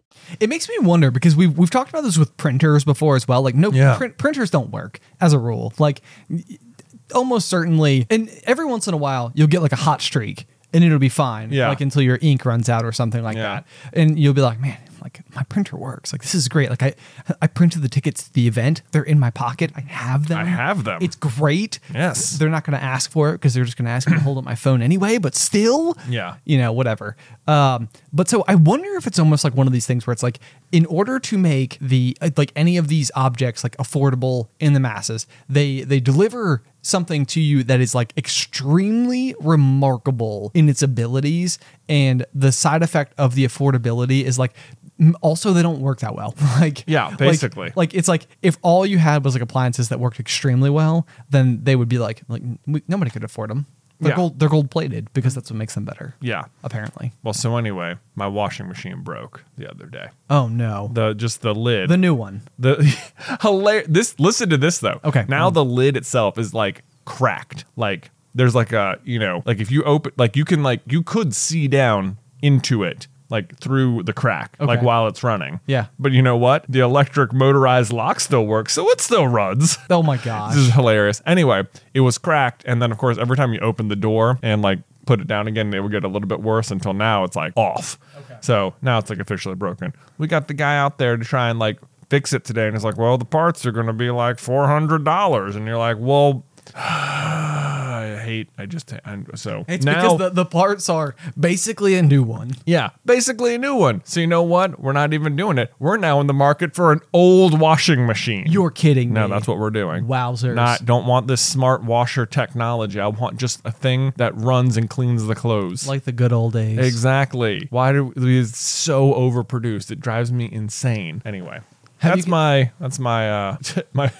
It makes me wonder because we've we've talked about this with printers before as well. Like no
Yeah.
print, printers don't work as a rule. Like y- almost certainly, and every once in a while you'll get like a hot streak and it'll be fine.
Yeah.
like until your ink runs out or something like
Yeah.
that, and you'll be like, man. Like my printer works. Like this is great. Like I, I printed the tickets to the event. They're in my pocket. I have them.
I have them.
It's great.
Yes.
They're not going to ask for it because they're just going to ask me to hold up my phone anyway. But still,
Yeah.
you know, whatever. Um, but so I wonder if it's almost like one of these things where it's like, in order to make the uh, like any of these objects like affordable in the masses, they they deliver something to you that is like extremely remarkable in its abilities, and the side effect of the affordability is like. m- Also, they don't work that well. [LAUGHS] like
Yeah,
like-
basically.
like it's like if all you had was like appliances that worked extremely well, then they would be like like we, nobody could afford them. They're
Yeah.
gold they're gold plated because that's what makes them better.
Yeah.
apparently.
Well, so anyway, my washing machine broke the other day.
Oh no, the,
The just the lid.
new one.
The [LAUGHS] hilarious. This listen to this though.
Okay.
Now the lid itself is like cracked. Like there's like a you know like if you open like you can like you could see down into it like through the crack like
Okay.
while it's running.
Yeah.
But you know what? The electric motorized lock still works, so it still runs. [LAUGHS]
Oh my
This
gosh.
is hilarious. Anyway, it was cracked, and then of course every time you open the door and like put it down again, it would get a little bit worse until now it's like off. So now it's like officially broken. We got the guy out there to try and like fix it today, and it's like, well, the parts are gonna be like four hundred dollars, and you're like, well. [SIGHS] I hate. I just I, so
It's
now
because the, the parts are basically a new one.
yeah, basically a new one. So you know what? We're not even doing it. We're now in the market for an old washing machine.
You're kidding
No,
me.
that's what we're doing.
Wowzers.
Not don't want this smart washer technology. I want just a thing that runs and cleans the clothes.
like the good old days.
exactly. Why do it is so overproduced? It drives me insane. Anyway,
Have you
that's
g-
my that's my uh [LAUGHS] my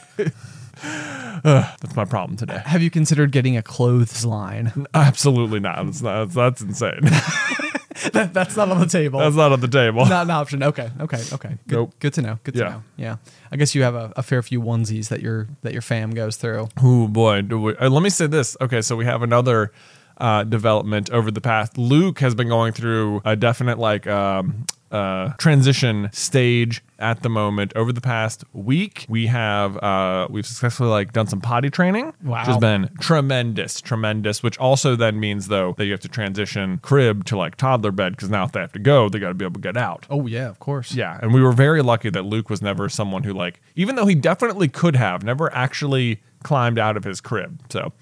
Ugh, that's my problem today.
Have you considered getting a clothes line?
Absolutely not. That's not that's, that's
[LAUGHS]
insane. [LAUGHS]
that, that's not on the table.
that's not on the table.
not an option. Okay, okay, okay. Good,
Nope.
good to know. Good
Yeah.
to know. Yeah, I guess you have a, a fair few onesies that your that your fam goes through.
Oh boy, do we, uh, let me say this. Okay, so we have another uh, development over the past. Luke has been going through a definite like um, uh, transition stage at the moment. Over the past week, we have uh, we've successfully like done some potty training, which has
Wow.
been tremendous, tremendous. Which also then means though that you have to transition crib to like toddler bed because now if they have to go, they got to be able to get out.
Oh yeah, of course.
Yeah, and we were very lucky that Luke was never someone who like, even though he definitely could have, never actually climbed out of his crib. So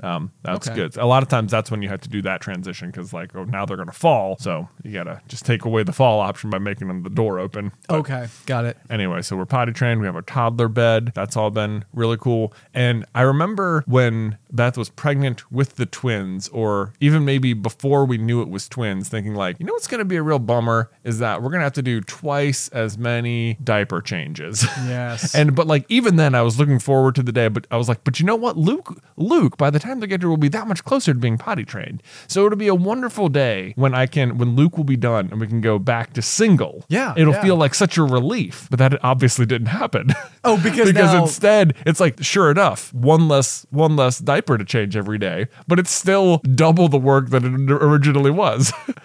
um, that's
Okay.
good. A lot of times that's when you have to do that transition because like, oh, now they're gonna fall. So you gotta just take away the fall option by making them the door open. But
Okay, got it.
Anyway, so we're potty trained. We have our toddler bed. That's all been really cool. And I remember when Beth was pregnant with the twins, or even maybe before we knew it was twins, thinking like, you know what's going to be a real bummer is that we're going to have to do twice as many diaper changes.
Yes.
[LAUGHS] and but like even then, I was looking forward to the day, but I was like, but you know what, Luke, Luke, by the time they get here, will be that much closer to being potty trained. So it'll be a wonderful day when I can, when Luke will be done, and we can go back to single.
Yeah,
it'll
yeah.
feel like such a relief, but that obviously didn't happen.
Oh, because
[LAUGHS] because
now-
instead it's like sure enough, one less one less diaper to change every day, but it's still double the work that it originally was. [LAUGHS]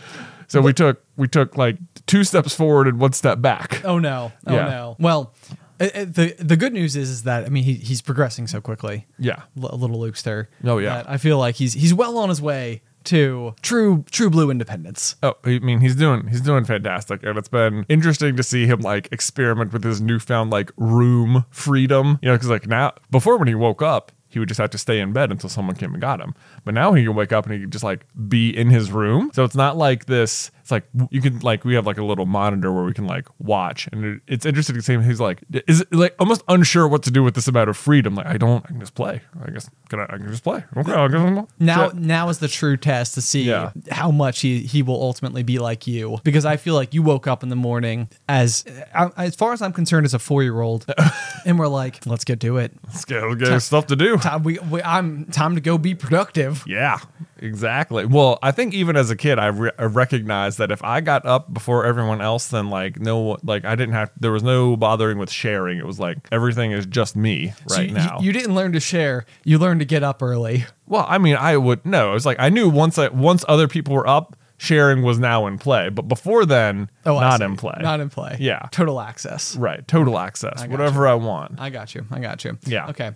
so we took we took like two steps forward and one step back.
Oh no. Oh
Yeah.
no. Well, uh, uh, the the good news is, is that I mean he, he's progressing so quickly.
Yeah.
L- little Lukester.
Oh, yeah.
that I feel like he's he's well on his way to true true blue independence.
Oh, I mean, he's doing he's doing fantastic, and it's been interesting to see him like experiment with his newfound like room freedom. You know, because like now before when he woke up, he would just have to stay in bed until someone came and got him. But now he can wake up and he can just like be in his room. So it's not like this It's like w- you can like we have like a little monitor where we can like watch, and it, it's interesting to see him. He's like is it, like almost unsure what to do with this amount of freedom. Like I don't, I can just play. I guess can I, I can just play. Okay, I guess I'm-
Now,
Shit.
now is the true test to see
Yeah.
how much he, he will ultimately be like you. Because I feel like you woke up in the morning as uh, I- as far as I'm concerned as a four year
[LAUGHS]
old, and we're like, let's get to it.
Let's get, let's get stuff to do.
Time we, we I'm time to go be productive.
Yeah, exactly. Well, I think even as a kid, I, re- I recognized that if I got up before everyone else, then like no, like I didn't have. There was no bothering with sharing. It was like everything is just me right
So you-
now.
you, didn't learn to share. You learned to get up early.
well, I mean, I would no. It was like I knew once I, once other people were up, sharing was now in play. But before then,
Oh, I
not
see.
in play.
Not in play.
Yeah.
Total access.
right. Total access.
gotcha.
whatever I want.
I got you. I got you.
Yeah.
Okay.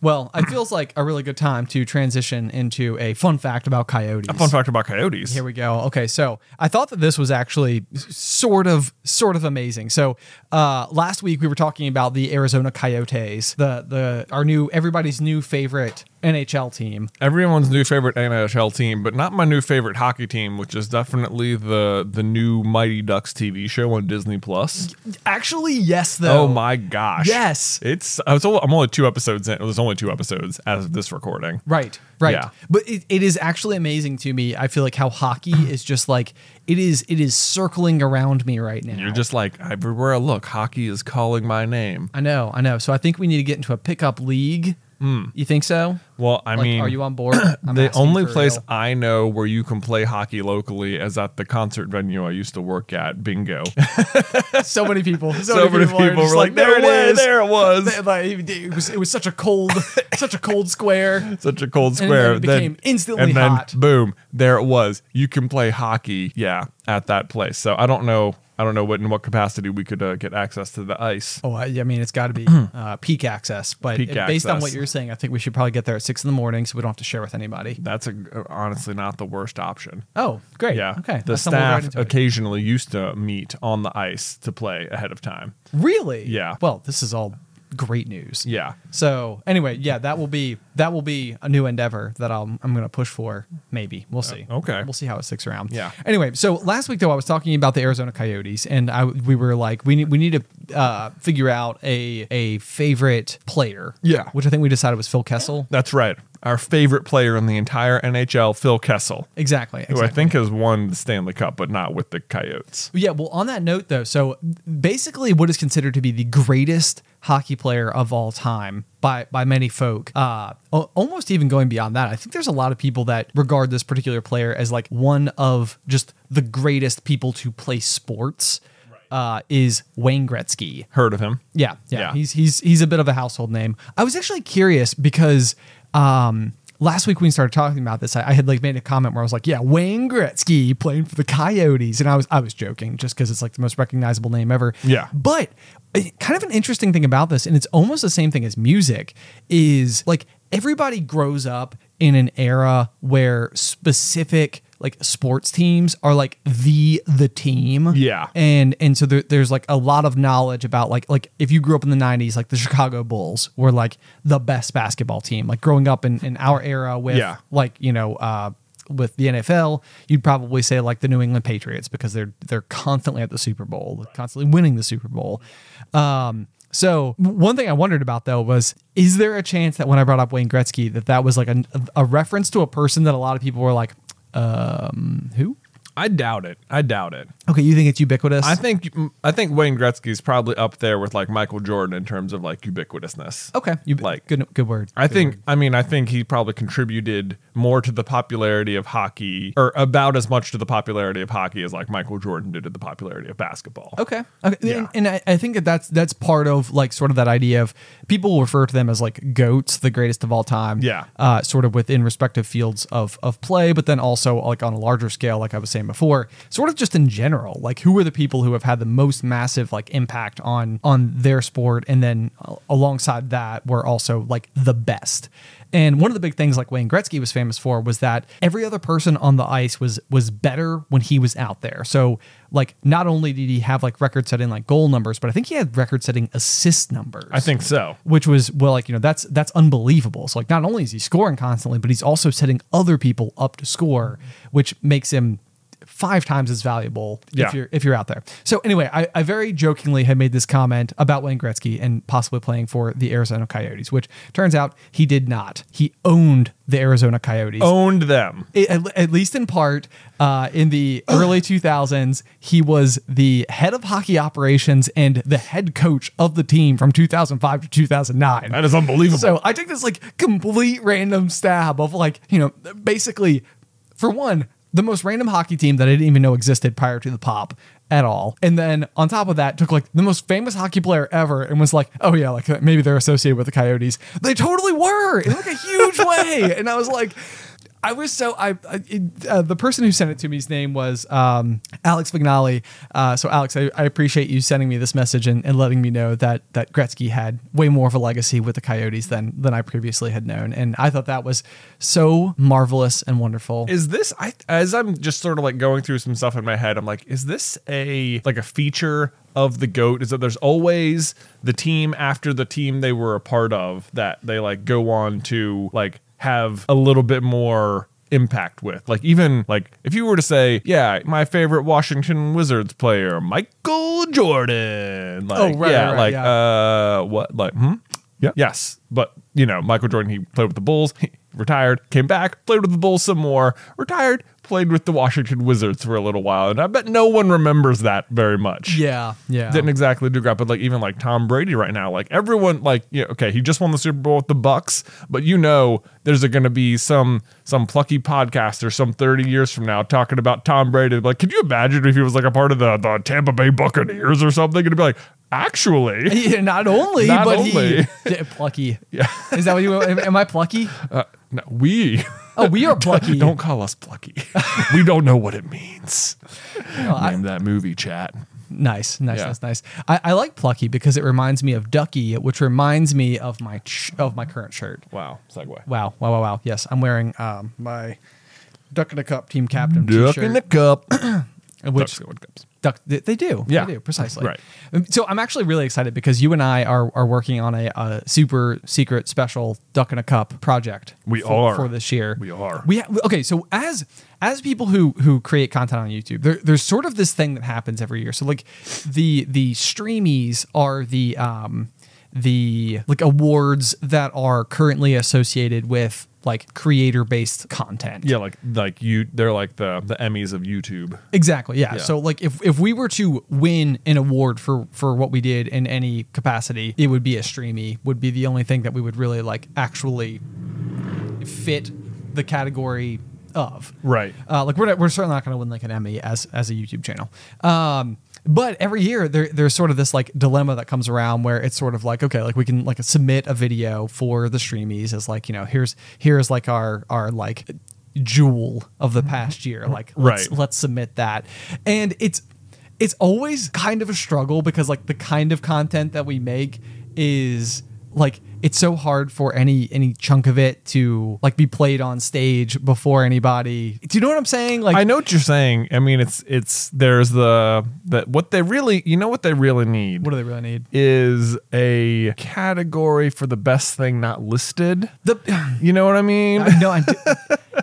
Well, it feels like a really good time to transition into a fun fact about coyotes.
Fun fact about coyotes.
Here we go. Okay, so I thought that this was actually s- sort of sort of amazing. So uh, last week we were talking about the Arizona Coyotes, the the our new everybody's new favorite NHL team.
everyone's new favorite NHL team, but not my new favorite hockey team, which is definitely the the new Mighty Ducks TV show on Disney Plus.
Actually, yes, though.
Oh my gosh!
Yes.
it's I was only, I'm only two episodes in. There's only two episodes as of this recording.
Right, right.
Yeah.
But it, it is actually amazing to me. I feel like how
[LAUGHS]
hockey is just like it is it is circling around me right now.
You're just like everywhere I look, hockey is calling my name.
I know, I know. So I think we need to get into a pickup league. You think so?
Well, Hmm. I
like,
mean,
are you on
[CLEARS THROAT]
board? I'm
the
asking
only
for
place
real.
I know where you can play hockey locally is at the concert venue I used to work at, Bingo.
[LAUGHS] so many people,
[LAUGHS]
so,
So many
are
people
just
were like, "There it
is."
[LAUGHS] is, there it was."
They- [LAUGHS] like, it it was, it was such a
[LAUGHS]
cold, such a cold square.
such a cold
And then
square.
it became instantly
and then,
hot.
Boom! There it was. You can play hockey, yeah, at that place. So I don't know. I don't know what in what capacity we could uh, get access to the ice.
Oh, I, I mean, it's got
[CLEARS THROAT]
to be uh, peak access, but
Peak
it- based on
access.
what you're saying, I think we should probably get there at six in the morning, so we don't have to share with anybody.
That's a, honestly not the worst option.
Oh, great.
Yeah.
Okay.
The
let's stumble right
staff
into it.
occasionally used to meet on the ice to play ahead of time.
Really?
Yeah.
Well, this is all great news.
Yeah.
So anyway, yeah, that will be that will be a new endeavor that I'll, I'm going to push for. Maybe we'll see.
Uh, okay.
we'll see how it sticks around.
Yeah.
Anyway, so last week though I was talking about the Arizona Coyotes, and I we were like we need we need to uh, figure out a a favorite player.
Yeah.
Which I think we decided was Phil Kessel.
That's right. Our favorite player in the entire NHL, Phil Kessel,
Exactly.
who I
exactly.
think has won the Stanley Cup, but not with the Coyotes.
Yeah, well, on that note, though, so basically, what is considered to be the greatest hockey player of all time by by many folk, uh, al- almost even going beyond that, I think there's a lot of people that regard this particular player as like one of just the greatest people to play sports. Uh, is Wayne Gretzky.
Heard of him?
Yeah, yeah,
Yeah.
He's he's he's a bit of a household name. I was actually curious because um last week when we started talking about this, I, I had like made a comment where I was like, "Yeah, Wayne Gretzky playing for the Coyotes," and I was I was joking just because it's like the most recognizable name ever.
Yeah.
but uh, kind of an interesting thing about this, and it's almost the same thing as music, is like everybody grows up in an era where specific like sports teams are like the the team
Yeah.
and and so there, there's like a lot of knowledge about like like if you grew up in the 90s like the chicago bulls were like the best basketball team like growing up in, in our era with
Yeah.
like you know uh with the NFL, you'd probably say like the New England Patriots because they're they're constantly at the Super Bowl, constantly winning the Super Bowl. Um, so one thing I wondered about though was, is there a chance that when I brought up Wayne Gretzky, that that was like a, a reference to a person that a lot of people were like, um, who?
I doubt it. I doubt it.
Okay, you think it's ubiquitous?
I think I think Wayne Gretzky's probably up there with like Michael Jordan in terms of like ubiquitousness.
Okay, you
Like-
good good word.
I think I mean I think he probably contributed more to the popularity of hockey or about as much to the popularity of hockey as like Michael Jordan did to the popularity of basketball.
Okay. Okay.
Yeah.
And, and I, I think that that's that's part of like sort of that idea of people refer to them as like goats, the greatest of all time.
Yeah.
Uh, sort of within respective fields of of play, but then also like on a larger scale, like I was saying before, sort of just in general, like who are the people who have had the most massive like impact on on their sport, and then uh, alongside that were also like the best. And one of the big things like Wayne Gretzky was famous for was that every other person on the ice was was better when he was out there. So like not only did he have like record setting like goal numbers, but I think he had record setting assist numbers
I think so.
which was well like you know that's that's unbelievable so like not only is he scoring constantly but he's also setting other people up to score which makes him five times as valuable
Yeah.
if you're if you're out there. So anyway, I, I very jokingly had made this comment about Wayne Gretzky and possibly playing for the Arizona Coyotes, which turns out he did not. He owned the Arizona Coyotes.
Owned them.
It- at, at least in part, uh, in the early 2000s, he was the head of hockey operations and the head coach of the team from 2005 to 2009.
That is unbelievable.
So I took this like complete random stab of like, you know, basically, for one, the most random hockey team that I didn't even know existed prior to the pop at all. And then on top of that, took like the most famous hockey player ever and was like, oh yeah, like maybe they're associated with the Coyotes. They totally were in like a huge way. And I was like, I was so I, I it, uh, the person who sent it to me's name was um, Alex Vignali. Uh, so Alex, I, I appreciate you sending me this message and, and letting me know that that Gretzky had way more of a legacy with the Coyotes than than I previously had known, and I thought that was so marvelous and wonderful.
is this I as I'm just sort of like going through some stuff in my head, I'm like, is this a like a feature of the goat? Is that there's always the team after the team they were a part of that they like go on to like have a little bit more impact with like even like if you were to say yeah my favorite washington wizards player michael jordan like
Oh, right,
yeah
right, right,
like
yeah.
uh what like hmm yeah yes but you know michael jordan he played with the bulls he retired came back played with the bulls some more retired played with the washington wizards for a little while and i bet no one remembers that very much
yeah, yeah.
didn't exactly do great, but like even like Tom Brady right now, like everyone, like yeah, okay, he just won the Super Bowl with the Bucks, but you know, there's going to be some some plucky podcaster some 30 years from now talking about Tom Brady. Like, could you imagine if he was like a part of the the Tampa Bay Buccaneers or something? It'd be like,
[LAUGHS]
actually,
[LAUGHS] Yeah, not only,
Not
but
only.
he [LAUGHS] yeah, plucky. Yeah, is that what you? Am, am I plucky?
uh, no, we [LAUGHS]
Oh, we are plucky.
don't call us plucky. [LAUGHS] we don't know what it means.
I-
Name that movie, chat.
Nice, nice,
Yeah.
nice, nice. I, I like plucky because it reminds me of Ducky, which reminds me of my ch- of my current shirt.
Wow, segue.
Wow, wow, wow, wow. Yes, I'm wearing um, my Duck in a Cup team captain
Duck
t-shirt,
in the cup.
which duck they, they do,
Yeah.
they do precisely.
Right.
Um, So I'm actually really excited because you and I are are working on a, uh super secret special Duck in a Cup project.
We
for,
are.
for this year.
We are.
We ha- okay. So as as people who who create content on YouTube, there, there's sort of this thing that happens every year. So like the the streamies are the um the like awards that are currently associated with like creator based content.
Yeah, like like you, they're like the the Emmys of YouTube.
Exactly. Yeah.
Yeah.
So like if, if we were to win an award for for what we did in any capacity, it would be a streamy would be the only thing that we would really like actually fit the category of.
Right.
Uh, like we're not, we're certainly not going to win like an Emmy as as a YouTube channel. Um, but every year there there's sort of this like dilemma that comes around where it's sort of like okay, like we can like submit a video for the streamies as like you know here's here's like our our like jewel of the past year like let's,
Right.
let's submit that and it's it's always kind of a struggle because like the kind of content that we make is like it's so hard for any any chunk of it to like be played on stage before anybody do you know what i'm saying like
I know what you're saying. I mean, it's it's there's the that what they really you know what they really need
what do they really need
is a category for the best thing not listed.
the
You know what I mean?
[SIGHS] no
[LAUGHS]
i do,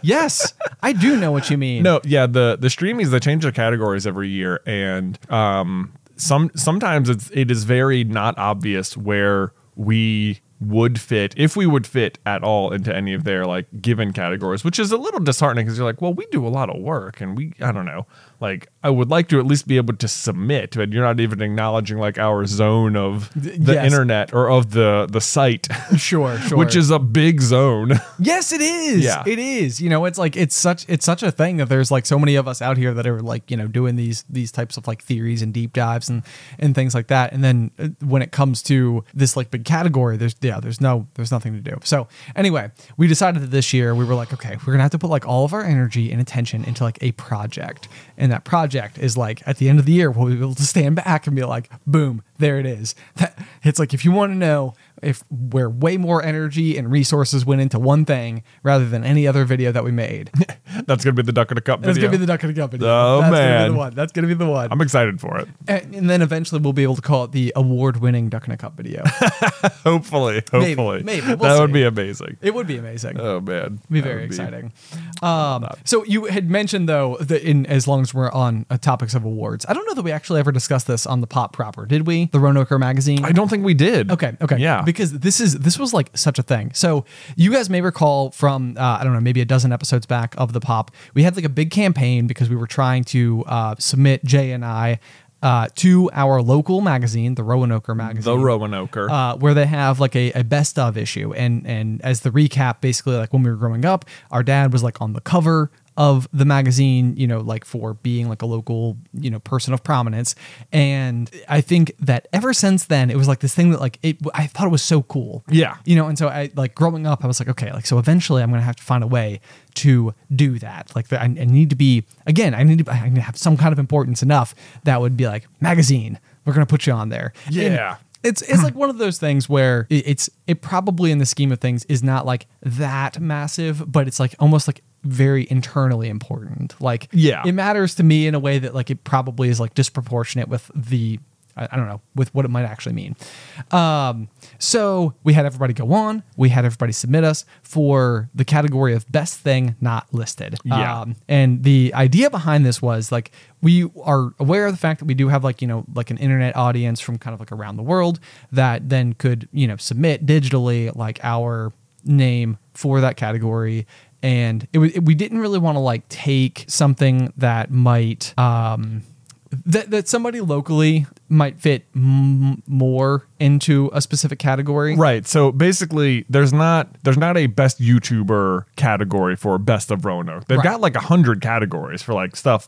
yes i do know what you mean
No, yeah, the the streamies they change their categories every year, and um, some sometimes it's it is very not obvious where we would fit if we would fit at all into any of their like given categories, which is a little disheartening because you're like, well, we do a lot of work, and we I don't know, like I would like to at least be able to submit, but you're not even acknowledging like our zone of the
yes.
internet or of the the site,
[LAUGHS] sure sure
which is a big zone. [LAUGHS]
Yes, it is.
Yeah.
It is. You know, it's like it's such it's such a thing that there's like so many of us out here that are like, you know, doing these these types of like theories and deep dives and and things like that. And then uh, when it comes to this like big category, there's yeah, there's no there's nothing to do. So, anyway, we decided that this year we were like, okay, we're going to have to put like all of our energy and attention into like a project. And that project is like at the end of the year we'll be able to stand back and be like, boom, there it is. [LAUGHS] It's like if you want to know if where way more energy and resources went into one thing rather than any other video that we
[LAUGHS]
made.
That's gonna be the duck in a cup video.
That's gonna be the duck in a cup video.
Oh,
That's gonna
man.
be the one. That's gonna be the one.
I'm excited for it.
and, and then eventually we'll be able to call it the award-winning duck in a cup
[LAUGHS]
video.
Hopefully,
Maybe,
hopefully,
maybe. We'll
that would
see.
be amazing.
it would be amazing.
Oh man,
be
That
very
would
exciting. Um, so you had mentioned though that in as long as we're on uh, topics of awards, I don't know that we actually ever discussed this on the pop proper, did we? The Roanoke magazine.
I don't think we did.
Okay. Okay.
Yeah.
Because this is this was like such a thing. So you guys may recall from uh, I don't know maybe a dozen episodes back of the pop, we had like a big campaign because we were trying to uh, submit Jay and I uh, to our local magazine, the Roanoke magazine
the Roanoker.
uh, where they have like a, a best of issue and and as the recap basically like when we were growing up our dad was like on the cover of the magazine you know like for being like a local you know person of prominence and i think that ever since then it was like this thing that like it i thought it was so cool
Yeah.
you know and so i like growing up i was like okay like so eventually i'm gonna have to find a way to do that like the, I, I need to be again i need to i need to have some kind of importance enough that would be like magazine we're gonna put you on there And
Yeah.
it's it's like one of those things where it- it's it probably in the scheme of things is not like that massive, but it's like almost like very internally important. Like
Yeah.
it matters to me in a way that like it probably is like disproportionate with the I, I don't know with what it might actually mean. Um, so we had everybody go on. We had everybody submit us for the category of best thing not listed.
Yeah.
Um, and the idea behind this was like we are aware of the fact that we do have like you know like an internet audience from kind of like around the world that then could you know submit digitally like our name for that category and it, wa- it we didn't really want to like take something that might um that, that somebody locally might fit m- more into a specific category
Right. So basically, there's not there's not a best YouTuber category for best of Roanoke. They've
Right.
got like a hundred categories for like stuff,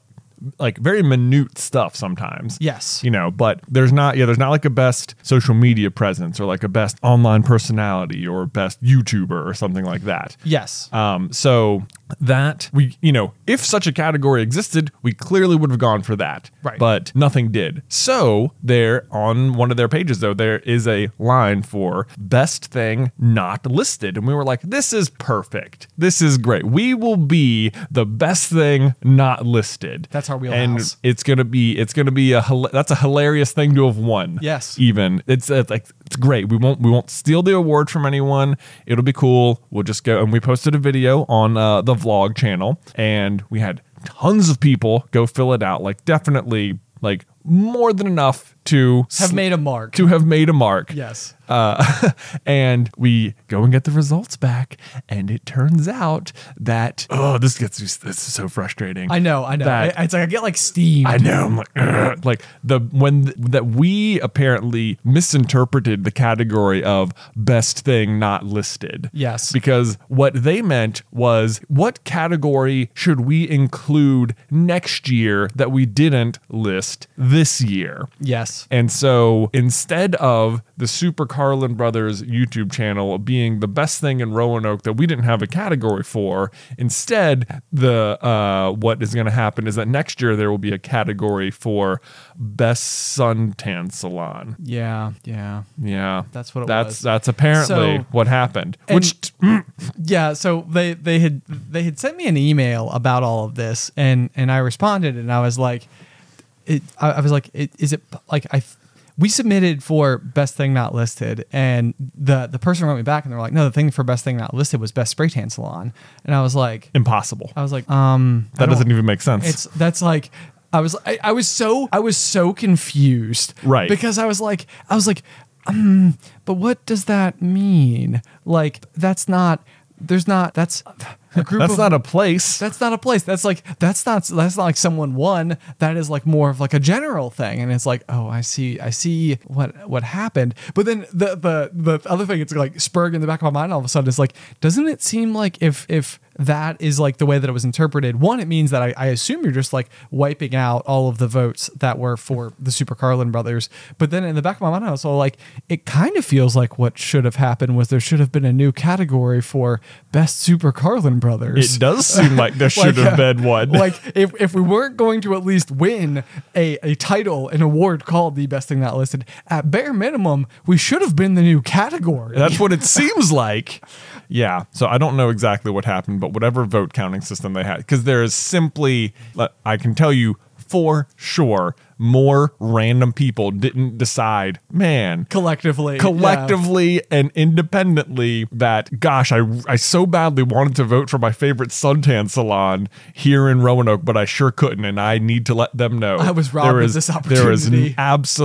like very minute stuff sometimes.
Yes.
You know, but there's not yeah there's not like a best social media presence or like a best online personality or best YouTuber or something like that.
yes
Um, so that we, you know, if such a category existed, we clearly would have gone for that.
Right.
But nothing did. So there, on one of their pages, though, there is a line for best thing not listed, and we were like, "This is perfect. This is great. We will be the best thing not listed."
That's our
And
wheelhouse.
it's gonna be, it's gonna be a, hila- that's a hilarious thing to have won.
Yes.
Even it's, it's like it's great. We won't we won't steal the award from anyone. It'll be cool. We'll just go and we posted a video on uh, the vlog channel, and we had tons of people go fill it out. Like definitely like more than enough to
have
sl-
made a mark
to have made a mark.
yes
Uh, [LAUGHS] and we go and get the results back, and it turns out that oh, this gets me. This is so frustrating.
i know i know
That-
I- it's like i get like steam
I know. I'm like, "Ugh." like the when th- that we apparently misinterpreted the category of best thing not listed.
Yes.
Because what they meant was what category should we include next year that we didn't list this year?
yes
And so instead of the Super Carlin Brothers YouTube channel being the best thing in Roanoke that we didn't have a category for, instead the uh, what is going to happen is that next year there will be a category for best suntan salon.
Yeah, yeah,
Yeah,
That's what it
that's
was.
that's apparently
So-
what happened.
And-
Which mm, t-
yeah. So they they had they had sent me an email about all of this, and and I responded, and I was like, it, I, I was like, it, is it like I. We submitted for best thing not listed, and the the person wrote me back, and they're like, "No, the thing for best thing not listed was best spray tan salon," and I was like,
impossible.
"I was like, um, I
that
don't-
doesn't even make sense.
It's that's like I was I, I was so I was so confused.
Right.
Because I was like I was like, um, but what does that mean? Like that's not there's not that's a group
that's
of
not a place.
that's not a place. That's like that's not that's not like someone won. That is like more of like a general thing. And it's like, oh, I see, I see what what happened. But then the the the other thing, it's like spurring in the back of my mind all of a sudden is like, doesn't it seem like if if that is like the way that it was interpreted, one, it means that I, I assume you're just like wiping out all of the votes that were for the Super Carlin brothers. But then in the back of my mind, I was all like, it kind of feels like what should have happened was there should have been a new category for best Super Carlin Lehman Brothers.
It does seem like
[LAUGHS]
there should have
uh,
been one.
[LAUGHS] like if, if we weren't going to at least win a, a title, an award called the best thing not listed, at bare minimum, we should have been the new category.
That's what it seems like. Yeah. So I don't know exactly what happened, but whatever vote counting system they had, because there is simply, like, I can tell you for sure, more random people didn't decide, man,
collectively. yeah.
collectively and independently, that, gosh, I, I so badly wanted to vote for my favorite suntan salon here in Roanoke, but I sure couldn't. And I need to let them know.
I was robbed of this
There is
opportunity.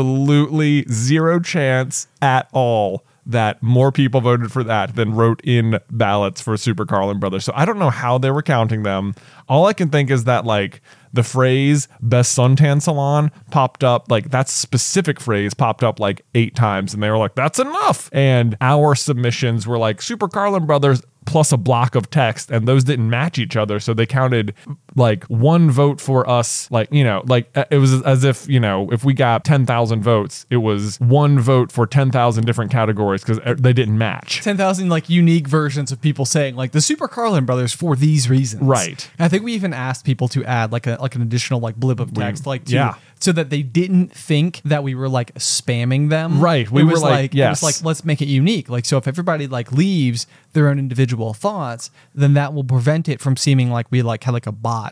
absolutely zero chance at all that more people voted for that than wrote in ballots for Super Carlin Brothers. So I don't know how they were counting them. All I can think is that like the phrase best suntan salon popped up like that specific phrase popped up like 8 times and they were like that's enough. And our submissions were like Super Carlin Brothers plus a block of text and those didn't match each other so they counted like one vote for us like you know like uh, it was as if you know if we got 10,000 votes it was one vote for 10,000 different categories cuz they didn't match
10,000 like unique versions of people saying like the Super Carlin brothers for these reasons.
Right.
And I think we even asked people to add like a like an additional like blip of text like to,
yeah.
so that they didn't think that we were like spamming them.
Right. We
It
were
was
like, yes.
it was like let's make it unique. Like so if everybody like leaves their own individual thoughts, then that will prevent it from seeming like we like had like a bot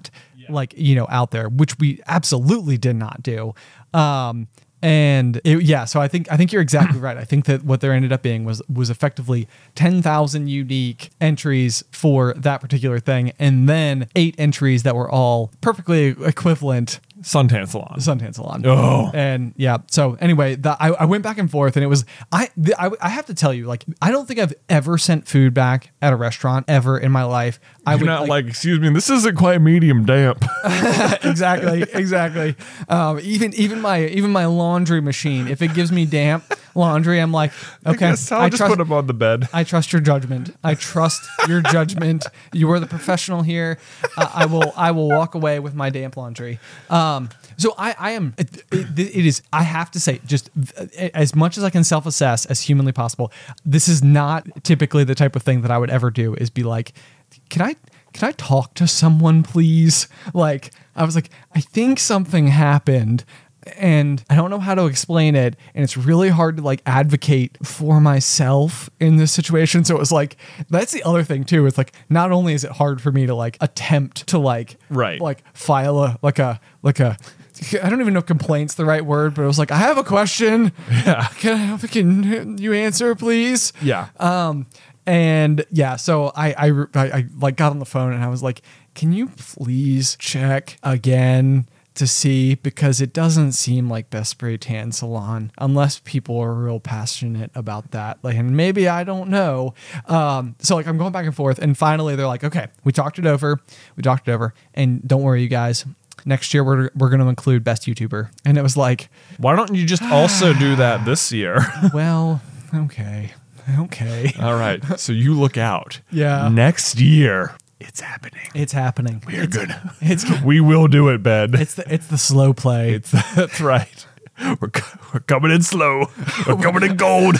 like you know out there, which we absolutely did not do. Um and it, yeah, so I think I think you're exactly
[COUGHS]
right. I think that what there ended up being was was effectively 10,000 unique entries for that particular thing, and then eight entries that were all perfectly equivalent
suntan salon
suntan salon.
Oh.
and yeah. So anyway, the, I, I went back and forth, and it was I, the, I I have to tell you, like I don't think I've ever sent food back at a restaurant ever in my life. I
you're not like, excuse me this isn't quite medium damp [LAUGHS]
[LAUGHS] exactly, exactly. Um, even even my even my laundry machine, if it gives me damp laundry, I'm
[LAUGHS]
like, okay,
Yes, I'll
I
just
trust-
put them on the bed
[LAUGHS] I trust your judgment. I trust your judgment. You are the professional here. Uh, I will. I will walk away with my damp laundry. Um, so I, I am. It, it- it is. I have to say, just uh, as much as I can self-assess as humanly possible. This is not typically the type of thing that I would ever do. Is be like, can I? Can I talk to someone, please? Like, I was like, I think something happened and I don't know how to explain it. And it's really hard to like advocate for myself in this situation. So it was like, that's the other thing too. It's like, not only is it hard for me to like attempt to like,
Right.
like file a, like a, like a, I don't even know if complaint's the right word, but it was like, I have a question. Yeah. Can, I, can you answer, please?
yeah
Um, and yeah, so I, I, I, I, like got on the phone and I was like, can you please check again to see because it doesn't seem like Best Spray Tan Salon unless people are real passionate about that. Like, and maybe I don't know. Um, so like I'm going back and forth, and finally they're like, okay, we talked it over, we talked it over, and don't worry, you guys. Next year we're we're gonna include Best YouTuber, and it was like,
why don't you just also do that this year [LAUGHS]
well, okay, okay,
All right. So you look out.
Yeah.
Next year, it's happening.
it's happening.
We're good. [LAUGHS]
It's
We will do it, Ben.
It's the it's the slow play.
It's-
[LAUGHS]
that's right. We're, co- we're coming in slow. We're coming in gold.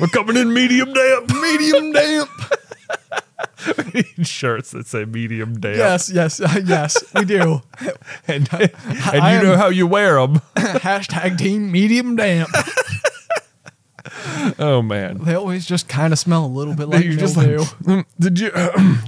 We're coming in medium damp. Medium damp. [LAUGHS] Shirts that say medium damp.
yes, yes, uh, yes. We do.
[LAUGHS] And, uh,
[LAUGHS]
and
I
you
am-
know how you wear them.
[LAUGHS] Hashtag team medium damp.
Oh, man.
They always just kind of smell a little bit like
You're just [LAUGHS] like,
mildew.
"Mm, [CLEARS THROAT] did you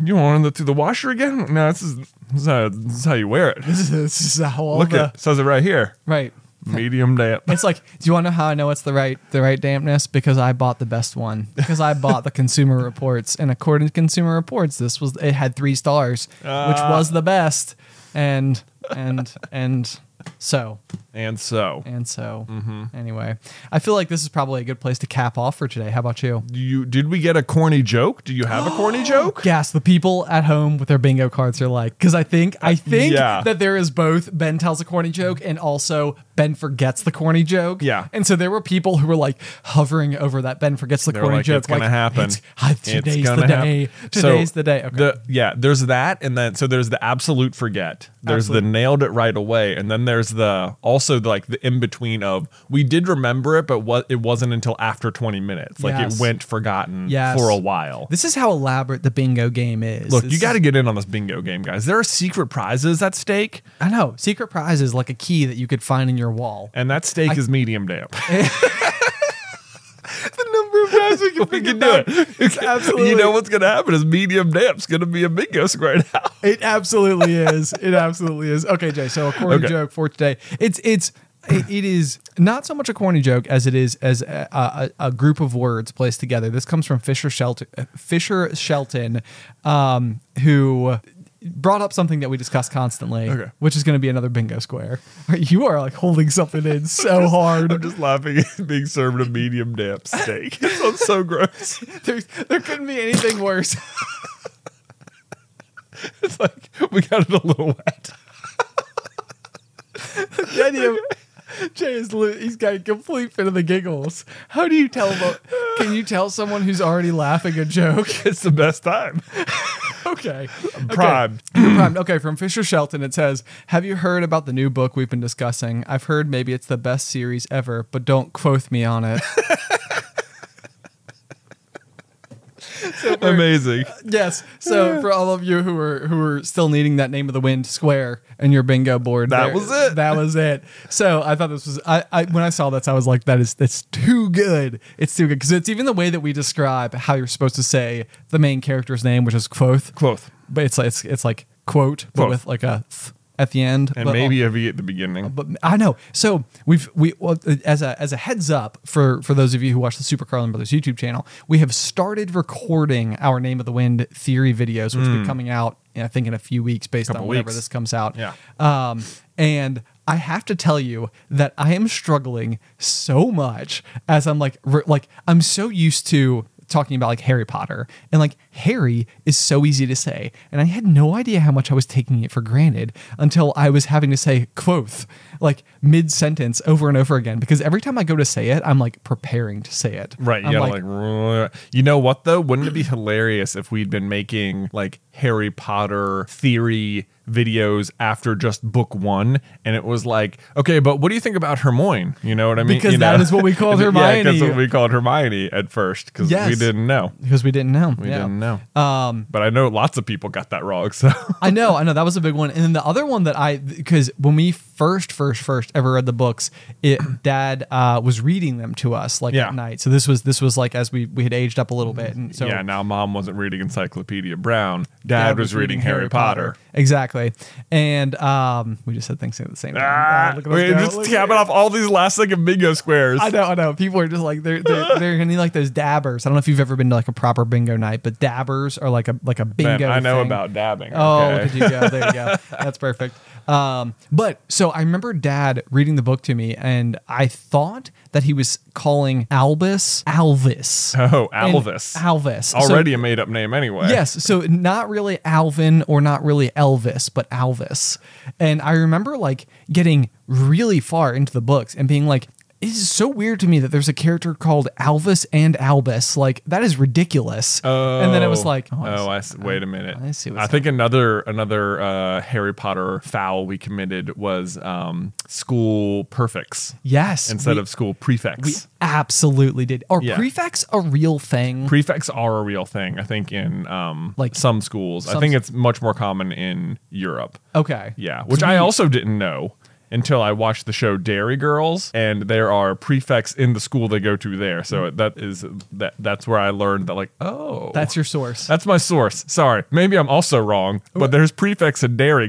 you want it through the washer again? No, this is, this is, how, this is how you wear it.
[LAUGHS] this, is, this is how all
Look
the
it says it right here.
[LAUGHS] right.
Medium [LAUGHS] damp.
It's like, do you want to know how I know it's the right the right dampness? Because I bought the best
[LAUGHS]
one. Because I bought the Consumer Reports, and according to Consumer Reports, this was it had three stars, which
Ah.
was the best. And and and so
And so
and so.
Mm-hmm.
Anyway, I feel like this is probably a good place to cap off for today. How about you?
Do you did we get a corny joke? Do you have a [GASPS] corny joke?
Yes, the people at home with their bingo cards are like, because I think I think
Uh, Yeah.
that there is both Ben tells a corny joke and also Ben forgets the corny joke.
Yeah.
And so there were people who were like hovering over that Ben forgets the
They're
corny
like,
joke.
it's gonna
like,
happen.
"It's- ah, today's
It's
the
gonna happen."
day. Today's
So
the day. Okay.
the- yeah, there's that, and then so there's the absolute forget. There's the nailed it right away, and then there's the also like the in between of we did remember it, but what it wasn't until after 20 minutes. Like
Yes.
it went forgotten
Yes.
for a while.
this is how elaborate the bingo game is.
Look,
This
you
is-
got to get in on this bingo game, guys. There are secret prizes at stake,
I know. Secret prize is like a key that you could find in your wall.
and that stake is medium
[LAUGHS]
damp. the number of
[LAUGHS]
times we can, we can do it.
It's absolutely.
You know what's going to happen is medium damp's going to be a bingo right now. [LAUGHS]
It absolutely is. It absolutely is. Okay, Jay. So a corny
Okay.
joke for today. It's it's it, it is not so much a corny joke as it is as a, a, a group of words placed together. This comes from Fisher Shelton. Fisher Shelton, um, who brought up something that we discuss constantly,
Okay.
which is going to be another bingo square. You are like holding something in
[LAUGHS]
so hard.
I'm just laughing at being served a medium damp steak. [LAUGHS] It sounds so gross. [LAUGHS]
there, there couldn't be anything worse.
It's like we got it a little wet.
the idea of [LAUGHS] Jay is lo- he's got a complete fit of the giggles. How do you tell about can you tell someone who's already laughing a joke? [LAUGHS]
It's the best time.
Okay.
Prime.
Okay. You're primed. Okay, from Fisher Shelton it says, Have you heard about the new book we've been discussing? I've heard maybe it's the best series ever, but don't quote me on it.
Amazing.
uh, yes. So for all of you who are who are still needing that name of the wind square and your bingo board,
That was it.
That was it. So I thought this was I, I when I saw this, I was like, that is that's too good. It's too good because it's even the way that we describe how you're supposed to say the main character's name, which is Quoth.
Quoth.
But it's like it's, it's like quote, but
Quoth.
with like a th at the end,
And
but- uh,
maybe a V at the beginning.
but I know. So we've we well, as a as a heads up for for those of you who watch the Super Carlin Brothers YouTube channel, we have started recording our Name of the Wind theory videos, which will be coming out I think in a few weeks, based on
Hmm. Couple
whenever
weeks.
this comes out.
Yeah.
Um, and I have to tell you that I am struggling so much as I'm like re- like I'm so used to talking about like Harry Potter and like Harry is so easy to say and I had no idea how much I was taking it for granted until I was having to say quoth like mid sentence over and over again because every time I go to say it I'm like preparing to say it
Right, you
I'm
gotta like, "Rrrr." you know what though? Wouldn't it be hilarious if we'd been making like Harry Potter theory videos after just book one, and it was like, okay, but what do you think about Hermione? You know what I mean?
Because
you
that
know?
is
[LAUGHS]
what we called
Yeah, that's
Hermione.
what we called Hermione at first because we
Yes.
didn't know.
because we didn't know
We didn't know. Um, but I know lots of people got that wrong. [LAUGHS] So
I know, I know that was a big one. And then the other one that I, because when we first, first, first ever read the books,
[CLEARS THROAT]
it Dad uh, was reading them to us like
Yeah.
at night. So this was this was like as we we had aged up a little bit, and so
yeah, now mom wasn't reading Encyclopedia Brown. Dad, was, reading, Harry Potter.
exactly. And um, we just said things at the same time.
Ah,
Ah, look at us
we're
go,
just
look-
tapping off all these last second bingo squares.
I know, I know. People are just like they're
[LAUGHS]
they're, they're gonna need like those dabbers. I don't know if you've ever been to like a proper bingo night, but dabbers are like a like a bingo.
Man, I know
thing.
about dabbing.
Oh,
okay?
look at you go. There you go. That's perfect. Um, but so I remember dad reading the book to me, and I thought that he was calling Albus Alvis.
[LAUGHS] Oh,
And-
Alvis.
Alvis. So-
Already a made up name anyway.
Yes, so not really Alvin or not really Elvis, but Alvis. And I remember like getting really far into the books and being like, it is so weird to me that there's a character called Alvis and Albus. Like that is ridiculous. and then it was
Oh.
like,
oh,
I see.
I s- wait a minute.
I see what's
I think another another uh, Harry Potter foul we committed was um, school perfects
yes.
instead
we-
of school prefects.
We absolutely did. Are
Yeah.
prefects a real thing?
prefects are a real thing. I think in um,
Like-
like some schools.
some
I think
s-
it's much more common in Europe.
okay.
Yeah, which I also didn't know until I watched the show Dairy Girls, and there are prefects in the school they go to there. So that is that that's where I learned that like oh
That's your source.
that's my source. Sorry, maybe I'm also wrong, but there's prefects in Dairy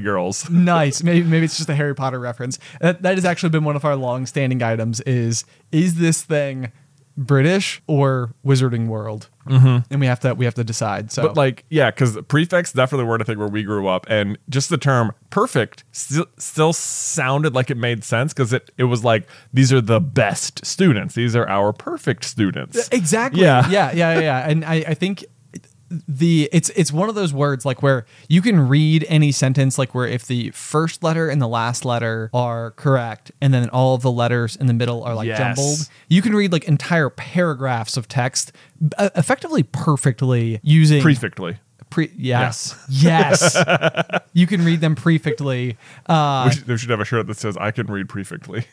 [LAUGHS]
Girls.
nice. Maybe maybe it's just a Harry Potter reference. That that has actually been one of our long-standing items is is this thing British or Wizarding World? Mm-hmm. And we have to we have to decide. So
But like, yeah, because prefects definitely were the thing where we grew up, and just the term "perfect" still still sounded like it made sense because it it was like these are the best students, these are our perfect students.
Uh, Exactly.
Yeah.
Yeah. Yeah. Yeah. yeah. And I, I think the it's it's one of those words like where you can read any sentence like where if the first letter and the last letter are correct and then all of the letters in the middle are like
Yes.
jumbled you can read like entire paragraphs of text uh, effectively perfectly using
Prefectly.
pre- yes yes
[LAUGHS]
you can read them prefectly uh
we should, they should have a shirt that says, I can read prefectly.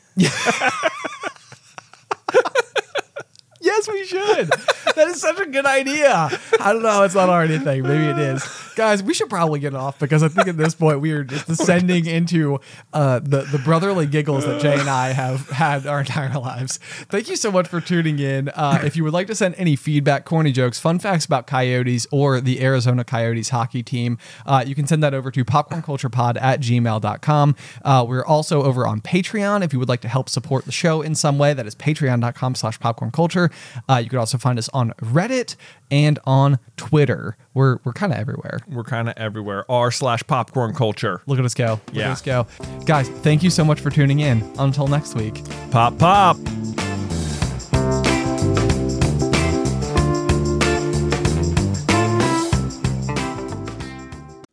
yes we should that is such a good idea i don't know how it's not already a thing maybe it is guys we should probably get off because i think at this point we are just descending into uh the the brotherly giggles that jay and i have had our entire lives thank you so much for tuning in uh if you would like to send any feedback corny jokes fun facts about coyotes or the arizona coyotes hockey team uh you can send that over to popcornculturepod at gmail.com uh we're also over on patreon if you would like to help support the show in some way that is patreon.com slash popcorn culture uh, you can also find us on reddit and on twitter we're, we're kind of everywhere
We're kind of everywhere. R slash popcorn culture.
look at us go look
Yeah.
at us go guys thank you so much for tuning in until next week
Pop, pop.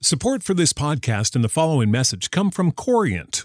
Support for this podcast and the following message come from Corient.